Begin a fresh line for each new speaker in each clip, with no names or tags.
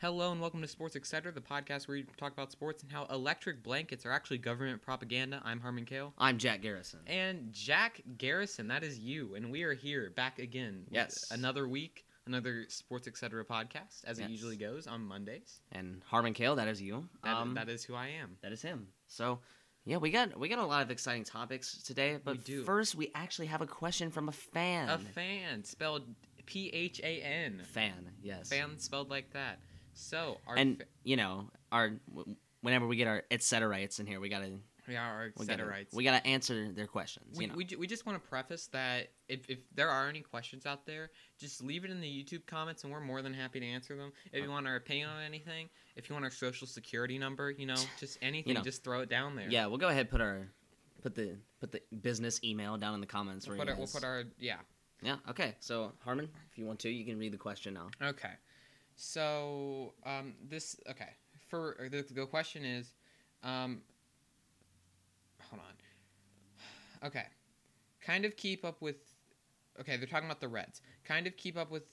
Hello and welcome to Sports Etc., the podcast where we talk about sports and how electric blankets are actually government propaganda. I'm Harmon Kale.
I'm Jack Garrison.
And Jack Garrison, that is you. And we are here back again. with
Yes.
Another week, another Sports Etc. podcast, as it
Yes.
usually goes on Mondays.
And Harmon Kale, that is you.
That,
Um,
that is who I am.
that is him. So, yeah, we got we got a lot of exciting topics today, but
We do.
first we actually have a question from a fan.
A fan, spelled P H A N.
Fan, yes.
Fan spelled like that. So, our
and
fa-
you know, our w- whenever we get our etc.ites in here, we gotta
we are our
we gotta,
Etceterates.
we gotta answer their questions.
we,
you know,
we, ju- we just want to preface that if, if there are any questions out there, just leave it in the YouTube comments, and we're more than happy to answer them. If you want our opinion on anything, if you want our social security number, you know, just anything,
know.
just throw it down there.
yeah, we'll go ahead and put our put the put the business email down in the comments.
we'll
where
put,
you
our, we'll
guys-
put our yeah.
yeah. Okay, so Harmon, if you want to, you can read the question now.
Okay, so um, this okay for or the, the question is, um, hold on, okay, kind of keep up with. Okay, they're talking about the Reds. Kind of keep up with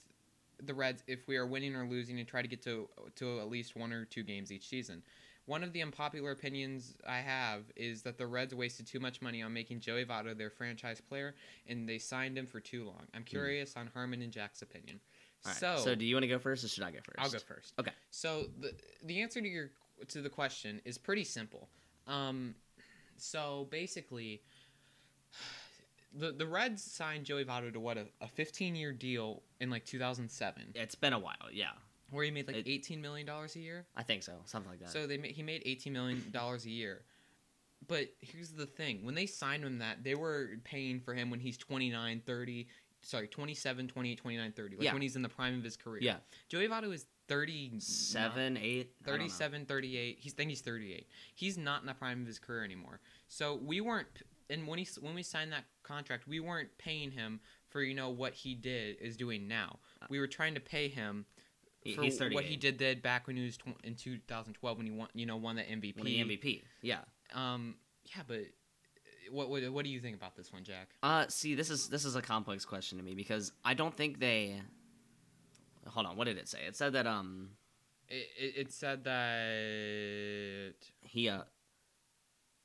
the Reds if we are winning or losing and try to get to to at least one or two games each season. One of the unpopular opinions I have is that the Reds wasted too much money on making Joey Votto their franchise player and they signed him for too long. I'm curious on Harmon and Jack's opinion.
Hmm. All right,
So,
so do you want to go first, or should I go first?
I'll go first.
Okay.
So the the answer to your to the question is pretty simple. Um, so basically, the the Reds signed Joey Votto to what a, a 15 year deal in like 2007,
It's been a while, yeah.
where he made like
It-
18 million dollars a year.
I think so, something like that.
So they ma- he made 18 million dollars a year. But here's the thing, when they signed him that, they were paying for him when he's 29, 30, sorry, 27, 28, 29, 30, like
Yeah.
when he's in the prime of his career.
Yeah.
Joey Votto is 37.
seven, eight, I don't know.
37 38 he's I think he's 38 he's not in the prime of his career anymore so we weren't p- and when he s- when we signed that contract we weren't paying him for you know what he did is doing now we were trying to pay him
Uh, He-
for
he's 38.
what he did did back when he was tw- in 2012 when he won you know won that MVP
When he MVP. Yeah.
um yeah but uh, what, what what do you think about this one Jack
Uh, see, this is this is a complex question to me because I don't think they. Hold on, what did it say? It said that um
it, it, it said that
he uh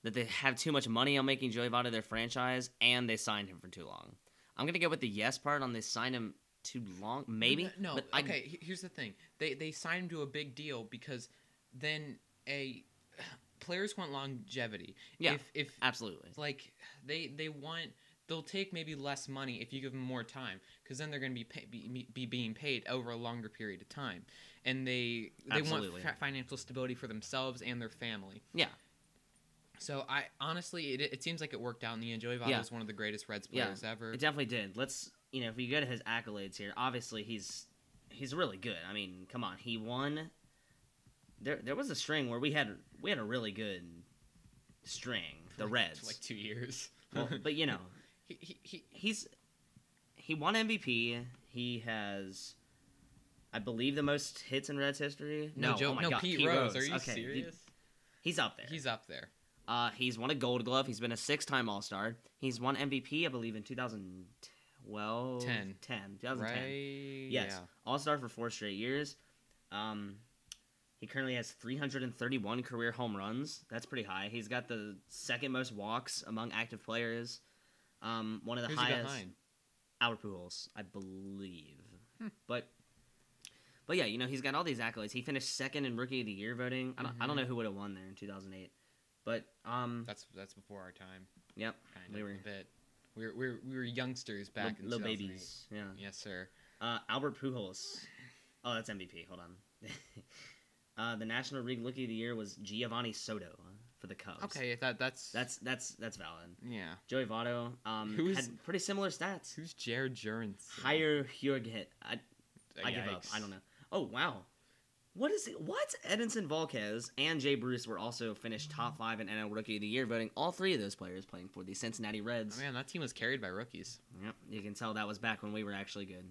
that they have too much money on making Joey Votto their franchise and they signed him for too long. I'm gonna go with the yes part on they signed him too long, maybe.
No,
but I-
okay. he- here's the thing: they they signed him to a big deal because then a players want longevity.
Yeah.
If if
absolutely.
like they they want they'll take maybe less money if you give them more time because then they're going to be, pay, be be being paid over a longer period of time, and they they
Absolutely.
want fa- financial stability for themselves and their family.
Yeah.
So I honestly, it, it seems like it worked out in the end. Joey Votto
Yeah.
is one of the greatest Reds
Yeah.
players ever.
It definitely did. Let's you know if we go to his accolades here. Obviously he's he's really good. I mean, come on, he won. There there was a string where we had we had a really good string.
for
The
like-
Reds,
like two years.
Well, but you know
he, he, he,
he's he won MVP. He has. I believe the most hits in Reds history.
no, joke.
oh my
no,
God,
Pete, Rose. Are you
Okay, dude,
serious?
He's up there.
He's up there.
Uh, he's won a Gold Glove. He's been a six-time All-Star. He's won MVP, I believe, in 2012.
Ten.
10. 2010.
Right?
Yes. All-Star for four straight years. Um, he currently has 331 career home runs. That's pretty high. He's got the second most walks among active players. Um, one of the
Who's he
highest.
behind?
Albert Pujols, I believe. But but yeah, you know he's got all these accolades. He finished second in Rookie of the Year voting. I don't, I don't
Mm-hmm.
know who would have won there in 2008, but um,
That's that's before our time,
yep,
kind
We
of
were-
a bit. We were, we were, we were youngsters back
little
in 2008.
babies. Yeah,
Yes, sir.
uh, Albert Pujols. Oh, that's MVP. Hold on. uh, the National League Rookie of the Year was Giovanni Soto uh, for the Cubs.
Okay, that that's
that's that's that's valid.
yeah.
Joey Votto um,
Who's-
had pretty similar stats.
Who's Jared Jurens?
Higher Hurget. I, I give up. I don't know. Oh wow, what is it? What Edinson Volquez and Jay Bruce were also finished top five in NL Rookie of the Year voting. All three of those players playing for the Cincinnati Reds.
Oh, Man, that team was carried by rookies.
Yep, you can tell that was back when we were actually good.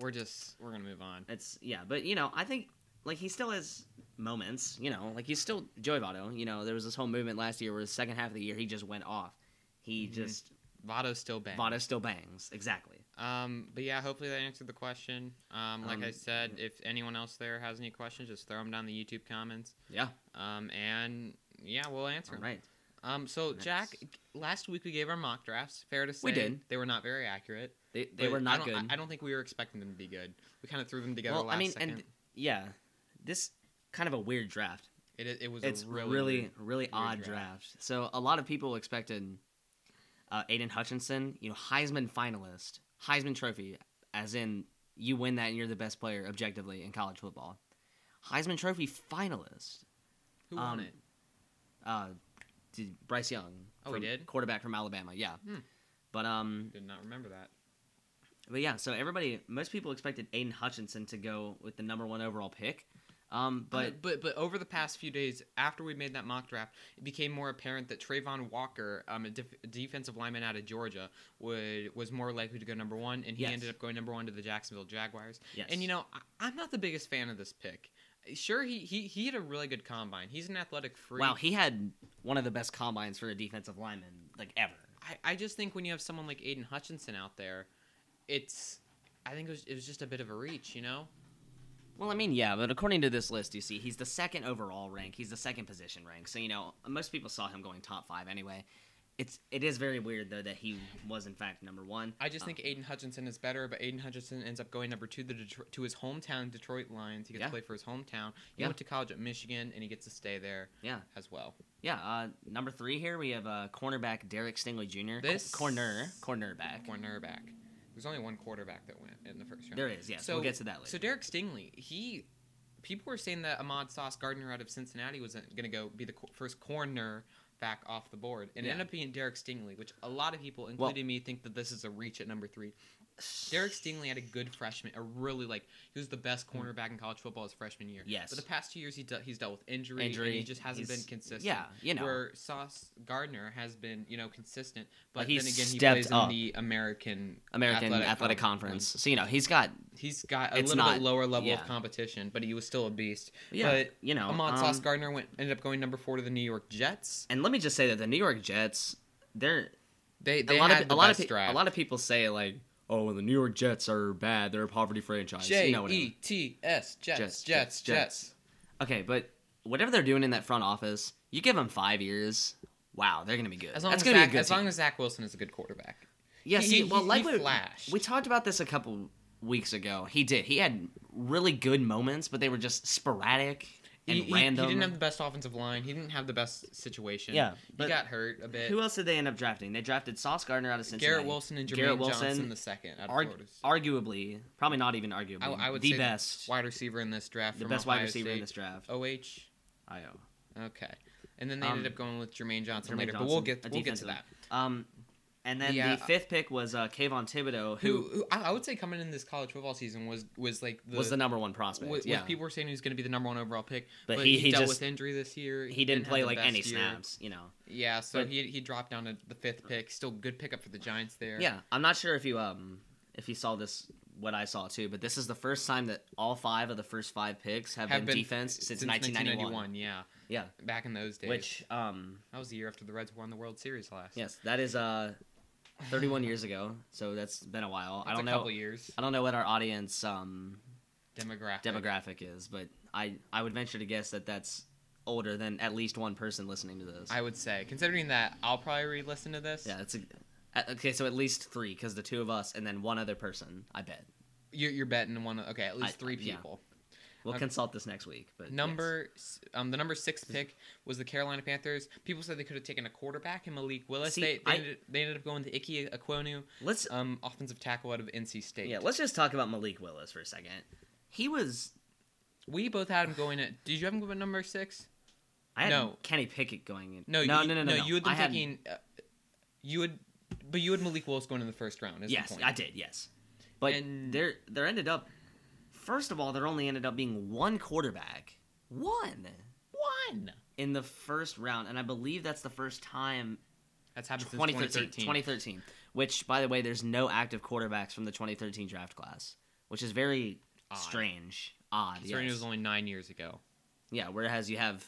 We're just we're gonna move on.
It's yeah, but you know, I think like he still has moments. You know, like he's still Joey Votto. You know, there was this whole movement last year where the second half of the year he just went off. He
Mhm.
just
Votto's still bad.
Votto still bangs exactly.
Um, but yeah, hopefully that answered the question. Um, like
Um,
I said,
yeah.
if anyone else there has any questions, just throw them down the YouTube comments.
Yeah.
Um, and yeah, we'll answer
All
'em.
right.
Um, so
Nice.
Jack, last week we gave our mock drafts. Fair to say,
We did.
They were not very accurate.
They, they
but
were
I
not
don't-
good.
I- I, don't think we were expecting them to be good. We kind of threw them together
well,
last
I mean,
second.
and yeah, this kind of a weird draft.
it, it was
It's
a
really,
really,
really,
weird-
odd
draft.
draft. So a lot of people expected uh, Aiden Hutchinson, you know, Heisman finalist, Heisman Trophy, as in you win that and you're the best player objectively in college football. Heisman Trophy finalist.
who won
um,
it?
uh, did Bryce Young.
Oh, he
from-
did?
Quarterback from Alabama. Yeah.
Hmm.
But um,
Did not remember that.
but yeah. So everybody, most people expected Aiden Hutchinson to go with the number one overall pick. Um, but
But but but over the past few days, after we made that mock draft, it became more apparent that Trayvon Walker, um, a def- defensive lineman out of Georgia, would was more likely to go number one, and he
Yes.
ended up going number one to the Jacksonville Jaguars.
yes.
And you know, I, I'm not the biggest fan of this pick. Sure, he, he he had a really good combine. He's an athletic freak.
wow, he had one of the best combines for a defensive lineman like ever.
I, I just think when you have someone like Aiden Hutchinson out there, it's I think it was it was just a bit of a reach, you know.
Well, I mean, yeah, but according to this list, you see, he's the second overall rank. He's the second position rank. So you know, most people saw him going top five anyway. It's it is very weird though that he was in fact number one.
I just
Um,
think Aiden Hutchinson is better, but Aiden Hutchinson ends up going number two to, Detro- to his hometown Detroit Lions. He gets
Yeah.
to play for his hometown. He
Yeah.
went to college at Michigan, and he gets to stay there
yeah.
as well.
Yeah, uh, number three here we have uh, cornerback Derek Stingley Jr. Cor-
This-
corner cornerback.
Cornerback. There's only one quarterback that went in the first round.
There is yes.
So-
we'll get to that later.
So Derek Stingley, he people were saying that Ahmad Sauce Gardner out of Cincinnati was going to go be the co- first corner back off the board, and it
Yeah.
ended up being Derek Stingley, which a lot of people, including me, think that this is a reach at number three. Derek Stingley had a good freshman, a really like he was the best cornerback in college football his freshman year.
Hmm. Yes.
but the past two years he de- he's dealt with injury, and
Injury,
he just hasn't been
he's-
consistent.
yeah, you know.
where Sauce Gardner has been, you know, consistent, but
But he's
then again he
stepped
plays
up.
in the American
American
Athletic
Athletic, Conference. So you know he's got
he's got a
It's
little
not-
bit lower level
yeah.
of competition, but he was still a beast.
yeah,
But
you know.
Amon Sauce
um,
Gardner went ended up going number four to the New York Jets.
and let me just say that the New York Jets, they're
They
a
they
lot
had
of
the
a lot of
best
pe- a
draft.
lot of people say like, oh, the New York Jets are bad. They're a poverty franchise.
J
you know whatever.
E T S Jets
Jets,
Jets
Jets,
Jets.
Jets. Okay, but whatever they're doing in that front office, you give them five years. Wow, they're gonna be good.
As long
That's
as
gonna
Zach,
be a good
as
team.
long as Zach Wilson is a good quarterback.
Yeah,
He-
see,
he-
well,
he-
like
he
we,
flashed.
we talked about this a couple weeks ago. He did. He had really good moments, but they were just sporadic and
he, he-
random.
He, didn't have the best offensive line. He didn't have the best situation.
Yeah,
he
but-
got hurt a bit.
Who else did they end up drafting? They drafted Sauce Gardner out of Cincinnati.
Garrett Wilson and Jermaine
Garrett Wilson,
Johnson the second out of
arg-
Florida.
arguably, probably not even arguably,
I, I would
the
say
best,
wide receiver in this draft.
the
from
best
Ohio
wide receiver in
State.
this draft.
OH.
Io.
Okay. And then they
Um,
ended up going with Jermaine Johnson
Jermaine
later, but we'll
Johnson,
get
a
we'll get to
defensive
that.
Um, and then
Yeah.
the fifth pick was uh, Kayvon Thibodeau,
Who,
who,
who I I would say coming in this college football season was was like the,
was the number one prospect.
was,
yeah,
people were saying he was going to be the number one overall pick,
But he- he
dealt
just-
with injury this year.
he didn't
have
play
the
like
best
any
year.
snaps. You know.
Yeah, so
But-
he he dropped down to the fifth pick. Still good pickup for the Giants there.
Yeah, I'm not sure if you um if you saw this what I saw too, but this is the first time that all five of the first five picks have, been, defense since, 1991.
1991, Yeah,
Yeah,
back in those days.
which um
that was the year after the Reds won the World Series last.
yes, that is uh 31 years ago, so that's been a while. I
That's
don't
a
know.
couple years
I don't know what our audience um
demographic.
demographic is, but I I would venture to guess that that's older than at least one person listening to this.
I would say, considering that, I'll probably re-listen to this.
yeah, that's a uh, okay. So at least three, because the two of us and then one other person. I bet
You're, you're betting one. Okay, at least
I-
three
yeah.
people.
we'll
Okay.
consult this next week. But yes.
Number s- um the number six pick was the Carolina Panthers. People said they could have taken a quarterback in Malik Willis.
See,
they they,
I-
ended, they ended up going with Ike Aquonu,
let's
um offensive tackle out of NC State.
Yeah, let's just talk about Malik Willis for a second. He was.
we both had him going at. Did you have him going at number six?
I had
No.
Kenny Pickett going in.
No,
no,
you,
no, no, no,
You had them
I had-
taking. uh, you would, but you had Malik Willis going in the first round. Is the
yes,
point.
I did. Yes, but
And-
there, there ended up. First of all, there only ended up being one quarterback, one
one.
in the first round, and I believe that's the first time
That's happened since
2013.
2013.
2013. Which, by the way, there's no active quarterbacks from the 2013 draft class, which is very
Odd.
strange, odd.
Considering it
yes.
was only nine years ago.
Yeah, whereas you have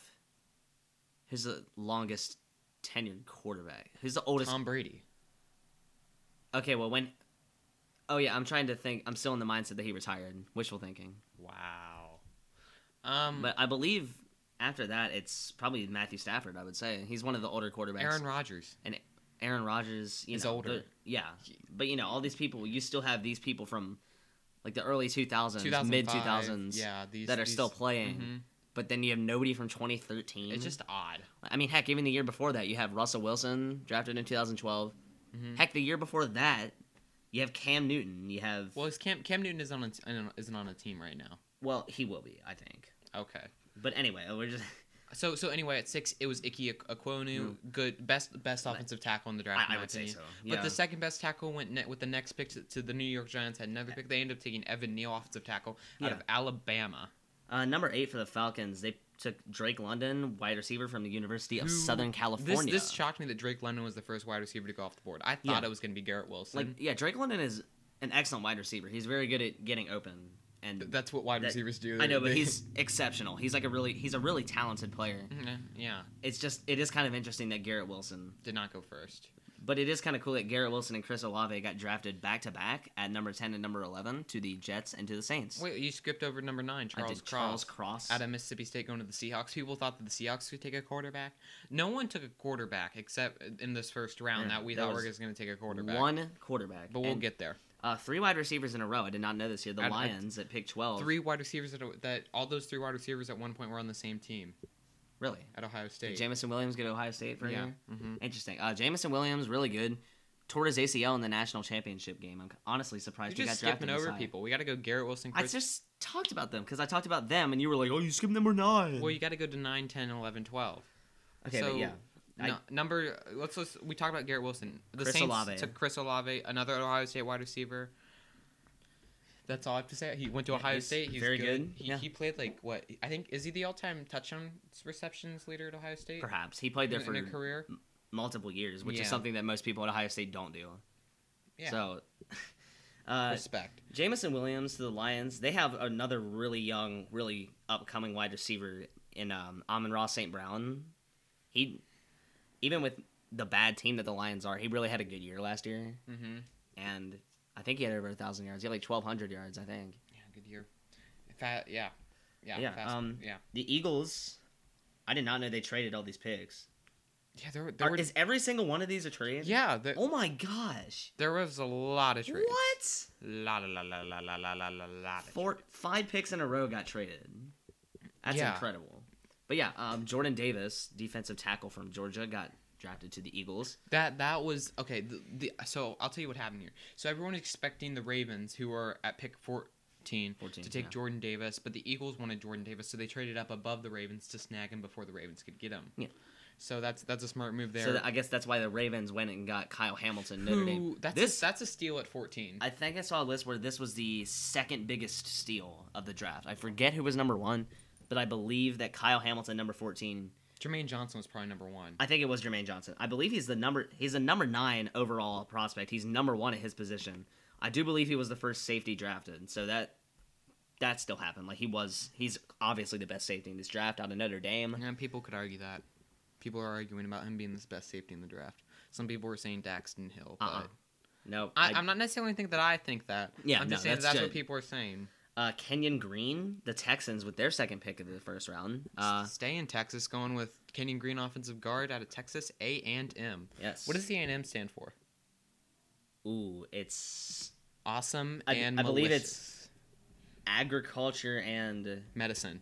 who's the longest tenured quarterback? Who's the oldest?
Tom Brady.
okay, well when Oh yeah, I'm trying to think. I'm still in the mindset that he retired. Wishful thinking.
Wow. Um,
But I believe after that, it's probably Matthew Stafford. I would say he's one of the older quarterbacks.
Aaron Rodgers.
Aaron Rodgers you
Is
know,
older.
the- yeah, but you know all these people. You still have these people from like the early 2000s,
2005,
mid 2000s
Yeah, these
that are
these-
still playing.
Mhm.
But then you have nobody from 2013.
It's just odd.
I mean, heck, even the year before that, you have Russell Wilson drafted in 2012.
Mhm.
Heck, the year before that, you have Cam Newton. You have
Well, is Cam Cam Newton is on a t- isn't on a team right now.
well, he will be, I think.
Okay.
But anyway, we're just
So so anyway, at six it was Ike Aquonu, good best best offensive tackle in the draft.
Hmm. I,
in
I
my
would say
opinion.
so.
But
Yeah.
the second best tackle went net with the next pick to, to the New York Giants. Had another pick. They ended up taking Evan Neal, offensive tackle out
Yeah.
of Alabama.
uh, number eight for the Falcons, they took Drake London, wide receiver from the University of
Who-
Southern
This,
California.
this shocked me that Drake London was the first wide receiver to go off the board. I thought
Yeah.
it was going to be Garrett Wilson.
like yeah, Drake London is an excellent wide receiver. He's very good at getting open, and
Th- That's what wide
that-
receivers do.
I know, but
They-
he's exceptional. He's like a really he's a really talented player.
Mhm, yeah
It's just it is kind of interesting that Garrett Wilson,
did not go first.
but it is kind of cool that Garrett Wilson and Chris Olave got drafted back to back at number ten and number eleven to the Jets and to the Saints.
Wait, you skipped over number nine,
I
Charles
think Charles
Cross,
Cross.
out of Mississippi State, going to the Seahawks. People thought that the Seahawks could take a quarterback. No one took a quarterback except in this first round
Yeah,
that we
that
thought we
was
were going to take a quarterback.
One quarterback,
but we'll
And,
get there.
uh, three wide receivers in a row. I did not know this here. The
Out of-
Lions at pick twelve.
Three wide receivers that, that all those three wide receivers at one point were on the same team
really.
at Ohio
Did
State.
Jamison Williams go to Ohio State for a
yeah.
year?
hmm
Interesting. Uh, Jamison Williams, really good. Tore his ACL in the national championship game. I'm honestly surprised
You're
he
just
got drafted.
skipping over
this high.
people. We got to go Garrett Wilson.
I
Chris,
just talked about them because I talked about them, and you were like, "Oh, you skipped number nine.
well, you got to go to 9, 10, 11, 12.
okay,
so-
but yeah, I-
No, number let's, let's we talked about Garrett Wilson. The
Chris
Saints
Olave.
took Chris Olave, another Ohio State wide receiver. That's all I have to say. He went to
Yeah,
Ohio
he's
State. He's
very
good.
good,
He,
yeah.
he played like what I think is he the all-time touchdown receptions leader at Ohio State
perhaps he played there
in,
for
in a career.
multiple years, which
Yeah.
is something that most people at Ohio State don't do.
Yeah.
So, uh,
Respect.
Jamison Williams to the Lions. They have another really young, really upcoming wide receiver in um, Amon Ross St. Brown. He, even with the bad team that the Lions are, he really had a good year last year,
Mm-hmm.
and I think he had over a thousand yards. He had like twelve hundred yards, I think.
Yeah, good year. Fa- yeah, yeah,
Yeah,
fast-
um,
yeah,
The Eagles. I did not know they traded all these picks.
yeah. There, were- there
Are,
were,
is every single one of these a trade?
yeah, there,
Oh my gosh.
there was a lot of trades.
What?
La la la la la la la la la la. of
Four, five picks in a row got traded. That's
Yeah.
incredible. But yeah, um, Jordan Davis, defensive tackle from Georgia, got drafted to the Eagles.
That that was okay. The, the so I'll tell you what happened here. So everyone expecting the Ravens, who are at pick fourteen,
14,
to take
yeah.
Jordan Davis, but the Eagles wanted Jordan Davis, so they traded up above the Ravens to snag him before the Ravens could get him.
Yeah.
So that's that's a smart move there.
So that, I guess that's why the Ravens went and got Kyle Hamilton, Notre Dame.
who that's
This-
a, that's a steal at fourteen.
I think I saw a list where this was the second biggest steal of the draft. I forget who was number one, but I believe that Kyle Hamilton, number 14,
Jermaine Johnson was probably number one.
I think it was Jermaine Johnson. I believe he's the number he's the number nine overall prospect. He's number one at his position. I do believe he was the first safety drafted, so that that still happened. Like he was he's obviously the best safety in this draft out of Notre Dame.
and people could argue that. People are arguing about him being the best safety in the draft. Some people were saying Daxton Hill, but
Uh-uh. No,
I,
I,
I'm not necessarily think that I think that.
Yeah,
I'm just
no,
saying that
that's
that's what
ju-
people are saying.
uh, Kenyon Green, the Texans, with their second pick of the first round. Uh,
Stay in Texas, going with Kenyon Green, offensive guard out of Texas A and M.
yes.
What does the A and M stand for?
Ooh, it's
Awesome
I-
and
I believe
malicious.
agriculture and
medicine.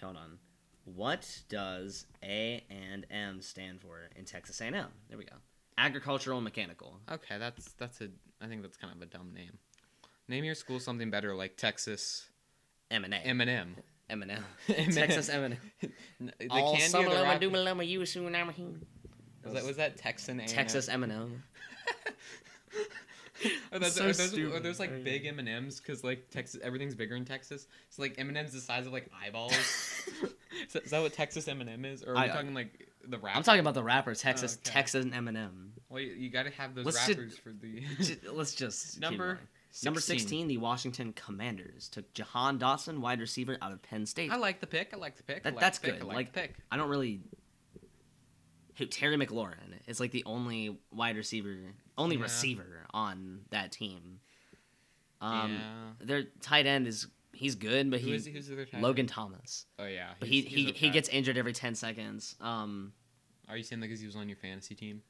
hold on. What does A and M stand for in Texas A&M? There we go. Agricultural and mechanical.
Okay, that's that's a. I think that's kind of a dumb name. Name your school something better, like Texas
M and A.
M and M.
M and M.
M&M.
Texas M and M.
The candy or the rock- was that was that Texan A&M?
Texas M and M.
Are those,
so
are those, are
stupid.
those
Oh, yeah.
like big M and M's? Because like Texas, everything's bigger in Texas. So like M and M's the size of like eyeballs. is, that, is that what Texas M and M is? Or are we
I-
talking like the rap?
I'm talking about the rapper Texas
okay.
Texas M and M.
Well, you, you got to have those
Let's ju-
rappers for the
Let's just keep
Number
going. number sixteen. The Washington Commanders took Jahan Dawson, wide receiver out of Penn State.
I like the pick. I like the pick. I
That-
like
that's
the pick,
good.
I like,
Like-
the pick.
I don't really. Who Terry McLaurin is like the only wide receiver only
Yeah.
receiver on that team. Um,
Yeah.
their tight end is he's good, but
Who
he
is he? Who's the other tight end?
Logan Thomas,
Oh yeah,
but
he's-
he
he's
he, he
okay.
gets injured every ten seconds. Um,
Are you saying that because he was on your fantasy team?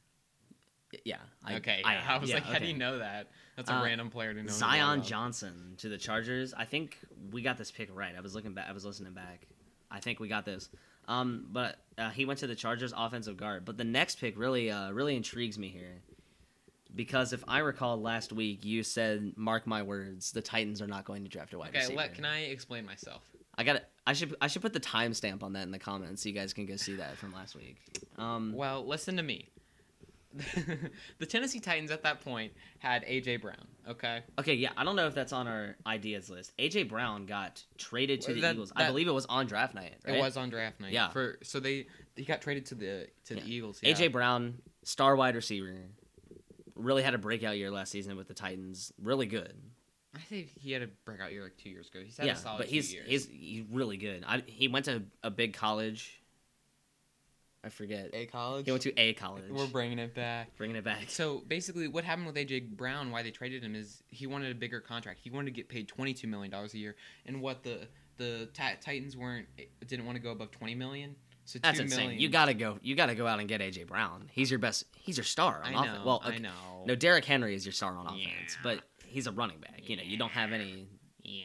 y- yeah. I,
okay,
I,
yeah,
am.
I, was
Yeah,
like, how do you
okay.
know that? That's a
Uh,
random player to know.
Zion
John.
Johnson to the Chargers. I think we got this pick right. I was looking back. I was listening back. I think we got this. Um, but uh, he went to the Chargers offensive guard. But the next pick really, uh, really intrigues me here, because if I recall last week, you said, "Mark my words, the Titans are not going to draft a wide
Okay,
receiver."
let, can I explain myself?
I got. I should. I should put the timestamp on that in the comments so you guys can go see that from last week. Um,
Well, listen to me. the Tennessee Titans at that point had AJ Brown. Okay,
okay, yeah, I don't know if that's on our ideas list. AJ Brown got traded to
Well,
the
that-
Eagles. I
that-
believe it was on draft night. Right?
it was on draft night.
Yeah.
For so they he got traded to the to
Yeah.
the Eagles. Yeah.
AJ Brown, star wide receiver, really had a breakout year last season with the Titans. Really good.
I think he had a breakout year like two years ago. He's had
yeah,
a solid
but
two
he's,
years.
he's he's really good. I, he went to a big college. I forget.
a college.
He went to a college.
We're bringing it back.
bringing it back.
So basically, what happened with AJ Brown, why they traded him, is he wanted a bigger contract. He wanted to get paid twenty two million dollars a year, and what the the Ti- Titans weren't didn't want to go above twenty million. So
That's
two
insane.
million-
You gotta go. You gotta go out and get AJ Brown. He's your best. He's your star
I
on
know.
offense. well,
I
okay,
know.
no, Derrick Henry is your star on offense,
Yeah.
but he's a running back. You know, you don't have any.
Yeah.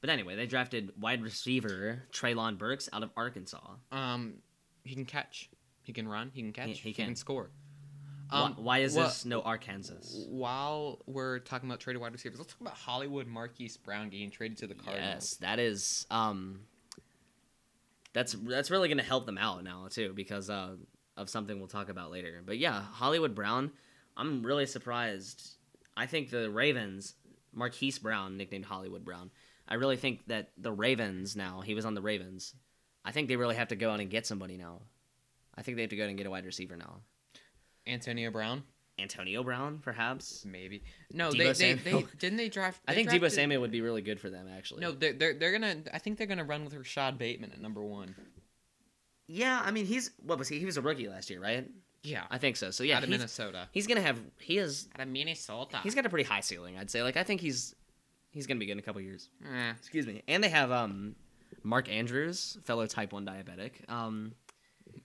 But anyway, they drafted wide receiver Traylon Burks out of Arkansas.
Um, he can catch. He can run. He can catch.
he
He
can.
can score.
Why-
Um,
why, is
wha-
this no Arkansas?
While we're talking about traded wide receivers, let's talk about Hollywood Marquise Brown getting traded to the Cardinals.
Yes, that is um that's that's really going to help them out now too because uh, of something we'll talk about later. But yeah, Hollywood Brown, I'm really surprised. I think the Ravens, Marquise Brown, nicknamed Hollywood Brown. I really think that the Ravens now, he was on the Ravens. I think they really have to go out and get somebody now. I think they have to go out and get a wide receiver now.
Antonio Brown,
Antonio Brown, perhaps.
maybe. No,
Debo
they, they, they
Samuel.
didn't they draft.
I
Mm. they
think Debo
drafted-
Samuel would be really good for them, actually.
No, they're, they're they're gonna. I think they're gonna run with Rashad Bateman at number one.
Yeah, I mean, he's what was he? He was a rookie last year, right?
Yeah,
I think so. So yeah,
out of
he's,
Minnesota.
he's gonna have he is
Out of Minnesota.
he's got a pretty high ceiling, I'd say. Like I think he's he's gonna be good in a couple years.
Eh,
Excuse me. And they have um Mark Andrews, fellow type one diabetic. Um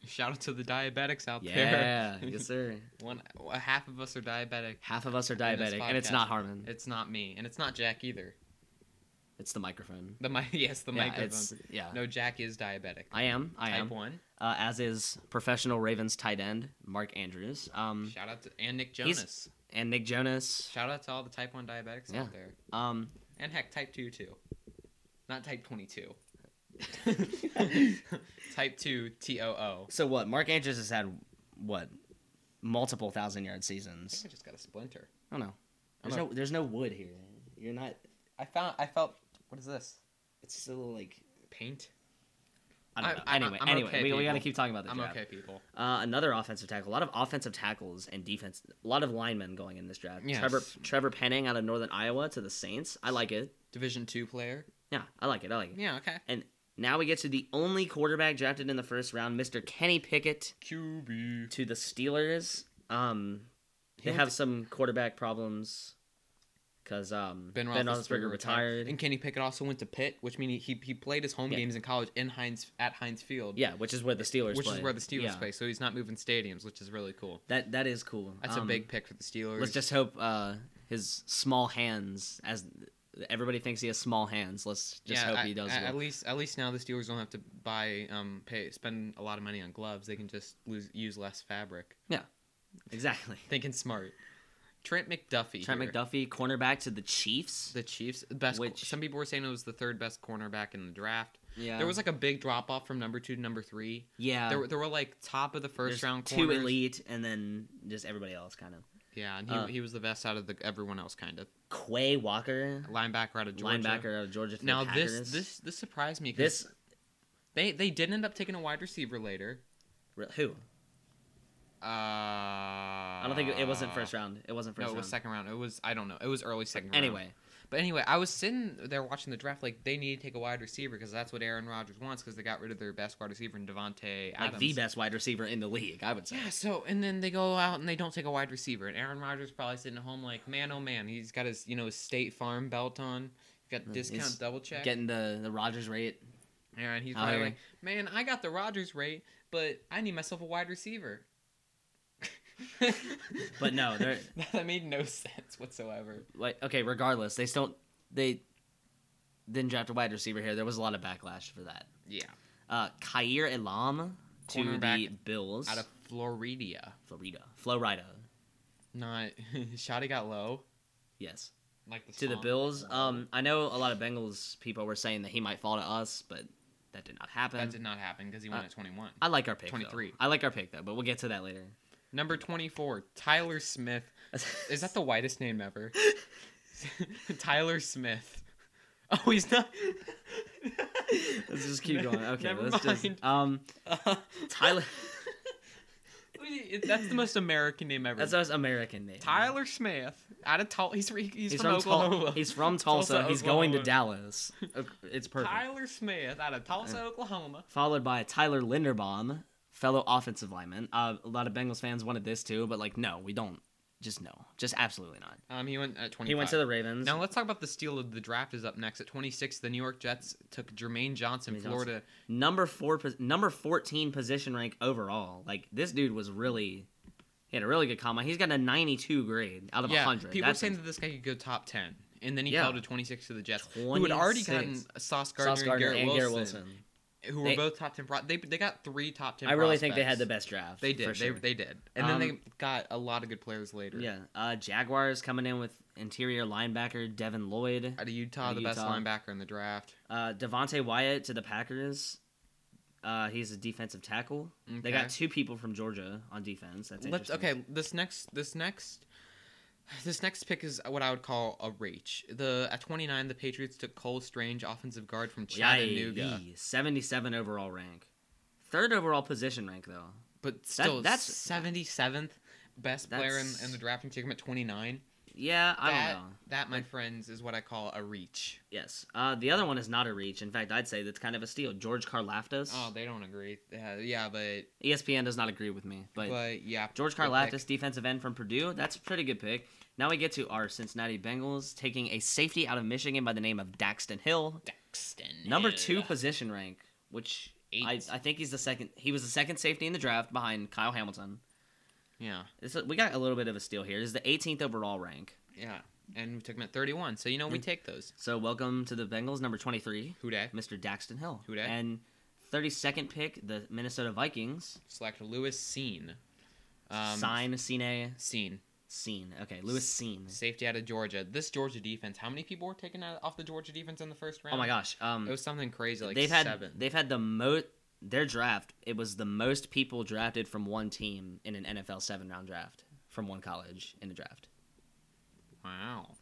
shout out to the diabetics out
Yeah,
there.
yes sir.
one half of us are diabetic.
Half of us are
In this
diabetic, and it's not
podcast.
Harmon.
It's not me, and it's not Jack either.
It's the microphone.
The mi- yes, the
yeah, it's-
microphone.
yeah.
No, Jack is diabetic.
I am. I
Type
am.
one.
Uh, as is professional Ravens tight end Mark Andrews. Um,
Shout out to and Nick
He's-
Jonas.
and Nick Jonas.
Shout out to all the type one diabetics
Yeah.
out there,
Um,
and heck, type two too. Not type twenty two. type two T O O.
so what? Mark Andrews has had what multiple thousand yard
I
seasons.
think I just got a splinter.
I don't know.
I'm
There's
a-
no there's no wood here. You're not
I found. I felt. What is this?
it's still like
Paint.
I don't
I-
know.
I'm-
anyway,
I'm
anyway,
okay,
we, we got to
people.
keep talking about this.
I'm
draft.
okay, people.
Uh, another offensive tackle. A lot of offensive tackles and defense. A lot of linemen going in this draft. Trevor
Yes.
Trevor Penning out of Northern Iowa to the Saints. I like it.
Division two player.
Yeah, I like it. I like it.
Yeah. Okay.
And now we get to the only quarterback drafted in the first round, Mr. Kenny Pickett
QB.
to the Steelers. Um,
He
they
went
have
to-
some quarterback problems because um,
Ben Roethlisberger, retired. and Kenny Pickett also went to Pitt, which means he, he played his home
Yeah.
games in college in Heinz at Heinz Field.
Yeah, which is where the Steelers
which
play.
is where the Steelers
Yeah.
play. So he's not moving stadiums, which is really cool.
That that is cool.
That's a
Um,
big pick for the Steelers.
Let's just hope uh, his small hands, as everybody thinks he has small hands. Let's just hope
I-
he does.
I-
well.
at least at least now the Steelers don't have to buy um pay spend a lot of money on gloves. They can just lose, use less fabric.
exactly.
Thinking smart. Trent McDuffie.
Trent
here.
McDuffie, cornerback to the Chiefs.
The Chiefs, the best.
Which-
some people were saying it was the third best cornerback in the draft.
yeah,
There was like a big drop off from number two to number three.
yeah.
there, were, there were like top of the first
there's
round
two
corners.
elite, and then just everybody else, kind of.
Yeah, and he,
Uh,
he was the best out of the, everyone else, kind of
Quay Walker,
linebacker out of Georgia.
linebacker out of Georgia. for the
Now this
Packers.
this this surprised me because
this
they they did end up taking a wide receiver later.
re- who?
Uh, I
I don't think it, it wasn't first round. It wasn't
Uh, No,
first
it was
round.
second round. It was I don't know. It was early second round.
Anyway,
But anyway, I was sitting there watching the draft like they need to take a wide receiver because that's what Aaron Rodgers wants because they got rid of their best wide receiver in Devontae Adams.
Like the best wide receiver in the league, I would say.
Yeah, so and then they go out and they don't take a wide receiver, and Aaron Rodgers probably sitting at home like, man, oh man, he's got his you know his State Farm belt on, he's got discount
He's
double check,
Getting the the Rogers rate.
and he's
out
probably
here.
like, man, I got the Rodgers rate, but I need myself a wide receiver.
But no, they're
that made no sense whatsoever.
like okay, regardless, they still they didn't draft a wide receiver here. There was a lot of backlash for that.
Yeah,
Uh Kair Elam to the
Cornerback
Bills.
out of Florida,
Florida. Florida.
not Shotty got low
Yes.
like the
to the
swamp.
Bills. Um, I know a lot of Bengals people were saying that he might fall to us, but that did not happen.
That did not happen because he went
Uh,
at 21.
I like our pick.
23.
Though. I like our pick though, but we'll get to that later.
Number 24, Tyler Smith. Is that the whitest name ever? Tyler Smith. Oh, he's not.
Let's just keep going. Okay,
Never
let's
mind.
just um
Uh,
Tyler.
That's the most American name ever.
that's our American name.
Tyler Smith. Out of Tulsa. He's, re- he's,
He's
from,
from,
Oklahoma.
Tulsa. He's from
Tulsa,
Tulsa. He's going to
Oklahoma.
Dallas. Ok- It's perfect. Uh,
Tyler Smith out of Tulsa, Oklahoma.
Followed by Tyler Linderbaum, fellow offensive lineman. Uh, a lot of Bengals fans wanted this too, but like, no, we don't. Just no. Just absolutely not.
Um, he went at 25.
He went to the Ravens.
Now let's talk about the steal of the draft is up next. At 26, the New York Jets took Jermaine Johnson,
Jermaine Johnson.
Florida.
number four, pos- number fourteen position rank overall. Like this dude was really, he had a really good comma. He's got a ninety-two grade out of
yeah,
hundred.
People were saying that this guy could go top ten, and then he
Yeah.
fell to twenty six to the Jets, who had already gotten
26.
Sauce Gardner,
Sauce Gardner
and, Garrett, Wilson, who were
They-
both top ten. Pro- they they got three top ten.
I really think they had
prospects.
the best draft.
They did.
for sure.
They they did, and then they
Um,
got a lot of good players later.
yeah. Uh, Jaguars coming in with interior linebacker Devin Lloyd,
Out of Utah,
Out of
the best
Utah.
linebacker in the draft.
uh, Devontae Wyatt to the Packers. Uh, he's a defensive tackle. They
Okay.
got two people from Georgia on defense. That's
Let's
interesting.
okay. This next this next this next pick is what I would call a reach. The at twenty nine, the Patriots took Cole Strange, offensive guard from Chattanooga.
Yay. Seventy-seven overall rank, third overall position rank though.
But still, that's
that's-
seventy seventh best player in, in the
That's-
draft, and take him at twenty nine.
Yeah, I
that,
don't know.
That, my friends, is what I call a reach.
Yes. Uh, the other one is not a reach. In fact, I'd say that's kind of a steal. George Karlaftis. E
Oh, they don't agree. Yeah, yeah but
ESPN does not agree with me, but,
but yeah,
George
good
Karlaftis,
pick.
defensive end from Purdue, that's a pretty good pick. Now we get to our Cincinnati Bengals taking a safety out of Michigan by the name of Daxton Hill,
Daxton
number
Hill.
two position rank, which I,
Eight.
I think he's the second. He was the second safety in the draft behind Kyle Hamilton.
Yeah,
This, we got a little bit of a steal here. This is the 18th overall rank.
yeah, and we took him at thirty one. So you know we
Mm.
take those.
So welcome to the Bengals, number 23,
Who dat?
Mr. Daxton Hill,
Who dat?
and 32nd pick, the Minnesota Vikings.
Select Lewis Seen. Um,
Sign Cine
Seen.
Scene. Okay, Lewis Scene.
Safety out of Georgia. This Georgia defense. How many people were taken out off the Georgia defense in the first round?
Oh my gosh. Um,
It was something crazy. Like
they've had
seven.
they've had the most their draft. It was the most people drafted from one team in an NFL seven round draft from one college in a draft.
wow.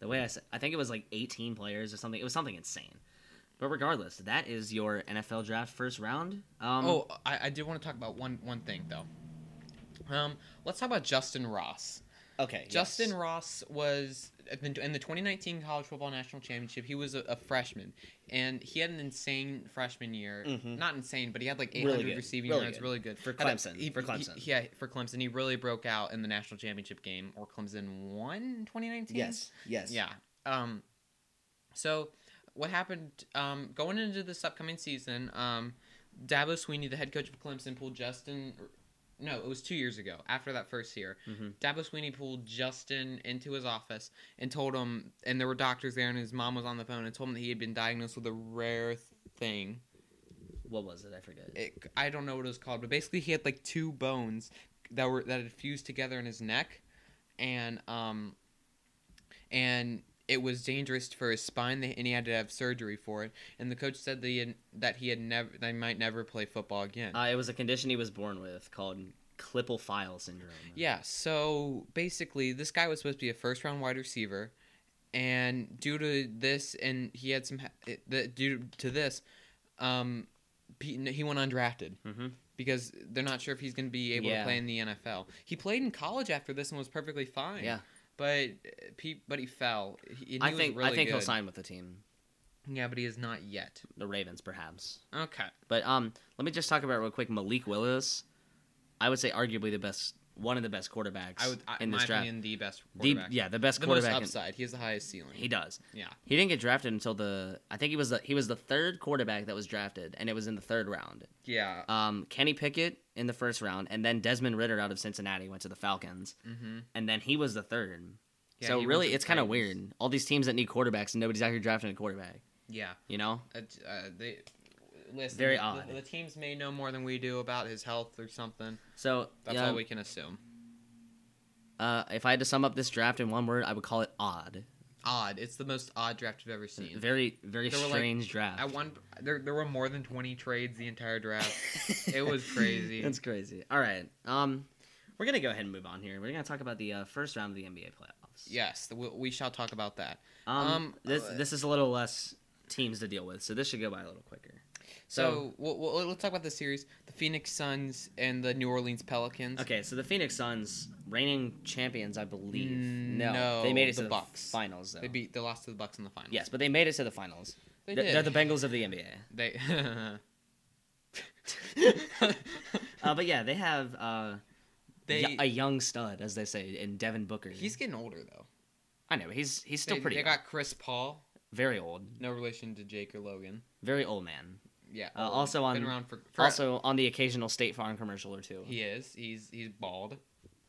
The way I said, I think it was like eighteen players or something. It was something insane. But regardless, that is your NFL draft first round. Um,
Oh, I, I did want to talk about one one thing though. Um, let's talk about Justin Ross.
okay.
Justin
yes.
Ross was in the 2019 college football national championship. He was a, a freshman, and he had an insane freshman year.
Mhm.
Not insane, but he had like
Really
800
good.
receiving
Really
yards.
good.
Really good for
Clemson. For Clemson.
yeah, for Clemson, he really broke out in the national championship game, or Clemson won in 2019.
Yes.
Yeah. Um, so what happened um, going into this upcoming season? Um, Dabo Sweeney, the head coach of Clemson, pulled Justin. No, it was two years ago. After that first year,
Mhm.
Dabo Sweeney pulled Justin into his office and told him, and there were doctors there, and his mom was on the phone and told him that he had been diagnosed with a rare thing.
What was it? I forget.
It, I don't know what it was called, but basically he had like two bones that were that had fused together in his neck, and um, and it was dangerous for his spine, they- and he had to have surgery for it. And the coach said that he had, that he had never, they might never play football again.
Uh, it was a condition he was born with called clipple file syndrome.
Yeah, so basically, this guy was supposed to be a first round wide receiver, and due to this, and he had some, ha- it- the, due to this, um, he, he went undrafted
Mm-hmm.
because they're not sure if he's going to be able to
Yeah.
play in the NFL. He played in college after this and was perfectly fine.
Yeah.
but he, but he fell. He, and
I
he was
think
really
I think he'll
good.
sign with the team,
Yeah, but he is not yet.
the Ravens perhaps.
Okay.
But um, let me just talk about real quick Malik Willis. I would say arguably the best, one of the best quarterbacks
I would, I,
in
in my
this draft.
opinion, the best
The,
quarterback.
yeah, the best
the most
quarterback. in-
upside. he has the highest ceiling.
he does.
yeah.
He didn't get drafted until the I think he was the he was the third quarterback that was drafted, and it was in the third round.
Yeah.
Um, Kenny Pickett in the first round, and then Desmond Ritter out of Cincinnati went to the Falcons,
mm-hmm.
and then he was the third.
yeah
so
he went to
really,
the
it's kind of
Titans.
weird. All these teams that need quarterbacks, and nobody's actually drafting a quarterback.
Yeah.
You know?
Uh, uh, they, listen,
Very
the-
odd.
The, teams may know more than we do about his health or something.
So
That's
yeah,
all we can assume.
uh, if I had to sum up this draft in one word, I would call it odd.
Odd. It's the most odd draft I've ever seen.
Very very
There were, like,
strange draft.
At one, there, there were more than twenty trades the entire draft. it was crazy.
That's crazy. All right. Um, we're gonna go ahead and move on here. We're gonna talk about the uh, first round of the NBA playoffs.
yes, we, we shall talk about that.
Um,
Um,
this
uh,
this is a little less teams to deal with, so this should go by a little quicker. So,
So, we'll, we'll, let's talk about the series: the Phoenix Suns and the New Orleans Pelicans.
okay, so the Phoenix Suns, reigning champions, I believe. No,
Mm, No,
they made it
the
to the
Bucks.
finals. Though.
They beat. They lost to the Bucks in the finals.
Yes, but they made it to the finals.
they
They're-
did.
They're the Bengals of the NBA.
they.
Uh, but yeah, they have uh, y-
they
a young stud, as they say, in Devin Booker.
he's getting older though.
I know he's he's still
They-
pretty
They
young.
got Chris Paul.
very old,
No relation to Jake or Logan.
very old man.
Yeah.
Uh,
old.
also on-
been around for, for
Also on the occasional State Farm commercial or two.
he is. He's he's bald.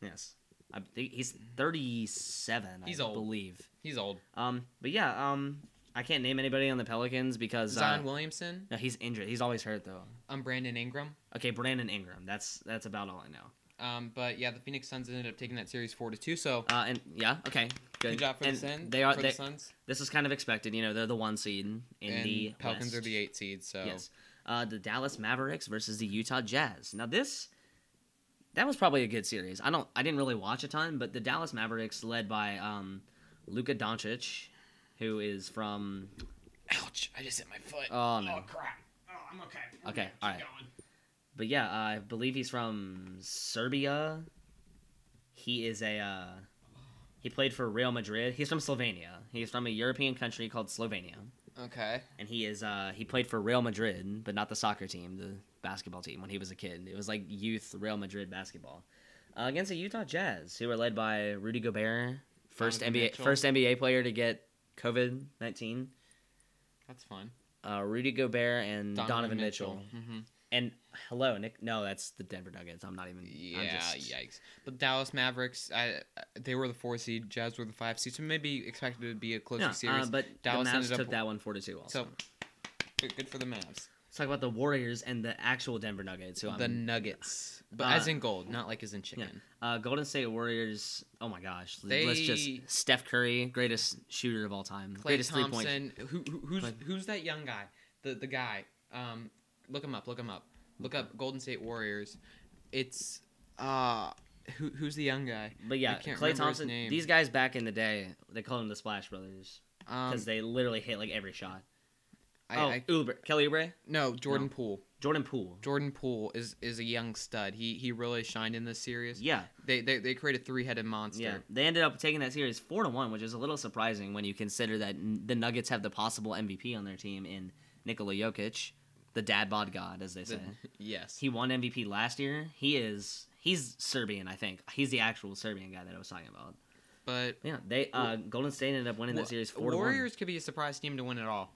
yes, I, think he's thirty-seven.
He's
I
old.
believe.
He's old.
Um, but yeah, um, I can't name anybody on the Pelicans because uh,
Zion Williamson.
no, he's injured. He's always hurt though.
I'm Brandon Ingram.
Okay, Brandon Ingram. That's that's about all I know.
Um, but yeah, the Phoenix Suns ended up taking that series four to two. So
Uh, and yeah, okay, good,
good, job for
and
the Suns.
They are.
for
They,
the Suns.
this is kind of expected. You know, they're the one seed in
and
the
Pelicans
West.
are the eight seed. So
Yes. Uh, the Dallas Mavericks versus the Utah Jazz. Now this, that was probably a good series. I don't. I didn't really watch a ton, but the Dallas Mavericks led by um, Luka Doncic, who is from
ouch! I just hit my foot.
oh no,
crap! Oh, I'm okay.
We're Okay, good. Keep alright. But yeah, I believe he's from Serbia. He is a uh, he played for Real Madrid. He's from Slovenia. He's from a European country called Slovenia,
Okay.
and he is uh, he played for Real Madrid, but not the soccer team, the basketball team. When he was a kid, it was like youth Real Madrid basketball uh, against the Utah Jazz, who were led by Rudy Gobert, first
Donovan
NBA
Mitchell.
first NBA player to get COVID nineteen.
That's fun.
Uh, Rudy Gobert and Donovan, Mitchell.
hmm
And hello, Nick. No, that's the Denver Nuggets. I'm not even. I'm
Mm-hmm. Yeah,
just,
yikes! But Dallas Mavericks, I, they were the four seed. Jazz were the five seed. So maybe expected to be a closer
No,
series.
Uh, but
Dallas
the
ended
Mavs
up-
took that one four to two. Also,
So good, good for the Mavs.
let's talk about the Warriors and the actual Denver Nuggets. Who
the
I'm,
Nuggets, but
Uh,
as in gold, not like as in chicken.
uh, Golden State Warriors. Oh my gosh, l- let's just
They-
Steph Curry, greatest shooter of all time,
Clay
greatest three point.
Thompson. Who, who, who's
Clay-
who's that young guy? The the guy. Um, look him up. Look him up. Look up Golden State Warriors. It's uh, who who's the young guy?
But yeah,
can't
Clay
remember his
Thompson.
name.
These guys back in the day, they called them the Splash Brothers
Um,
because they literally hit like every shot.
I,
oh,
I,
Oubre- Kelly Oubre,
no, Jordan
no.
Poole.
Jordan Poole.
Jordan Poole is is a young stud. He he really shined in this series.
Yeah,
They they they created three headed monster.
yeah. They ended up taking that series four to one, which is a little surprising when you consider that n- the Nuggets have the possible MVP on their team in Nikola Jokic, the dad bod god, as they
The-
say.
yes.
He won MVP last year. He is he's Serbian, I think. He's the actual Serbian guy that I was talking about.
but
Yeah, they uh, Golden State ended up winning
Wa-
that series four
Warriors could be a surprise team to win it all.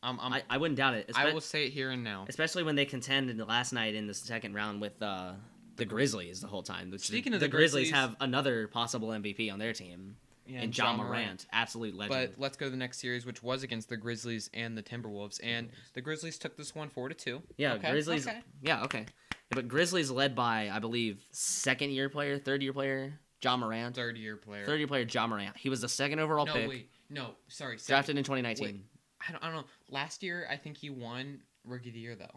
Um,
to
I'm,
one. I, I wouldn't doubt it,
I
espe-
will say it here and now.
especially when they contended last night in the second round with uh, the Grizzlies the whole time. The-
Speaking of
the
the
Grizzlies,
Grizzlies-
have another possible MVP on their team,
Yeah,
and
Ja
John Morant, absolute legend.
But let's go to the next series, which was against the Grizzlies and the Timberwolves, and the Grizzlies took this one four to two.
yeah,
Okay,
Grizzlies.
okay.
Yeah, okay. But Grizzlies led by I believe second year player, third year player, John Morant,
Third year player.
third year player John Morant. He was the second overall
no,
pick.
wait, no, sorry. Second,
drafted in 2019.
I don't, I don't know. Last year, I think he won Rookie of the Year though,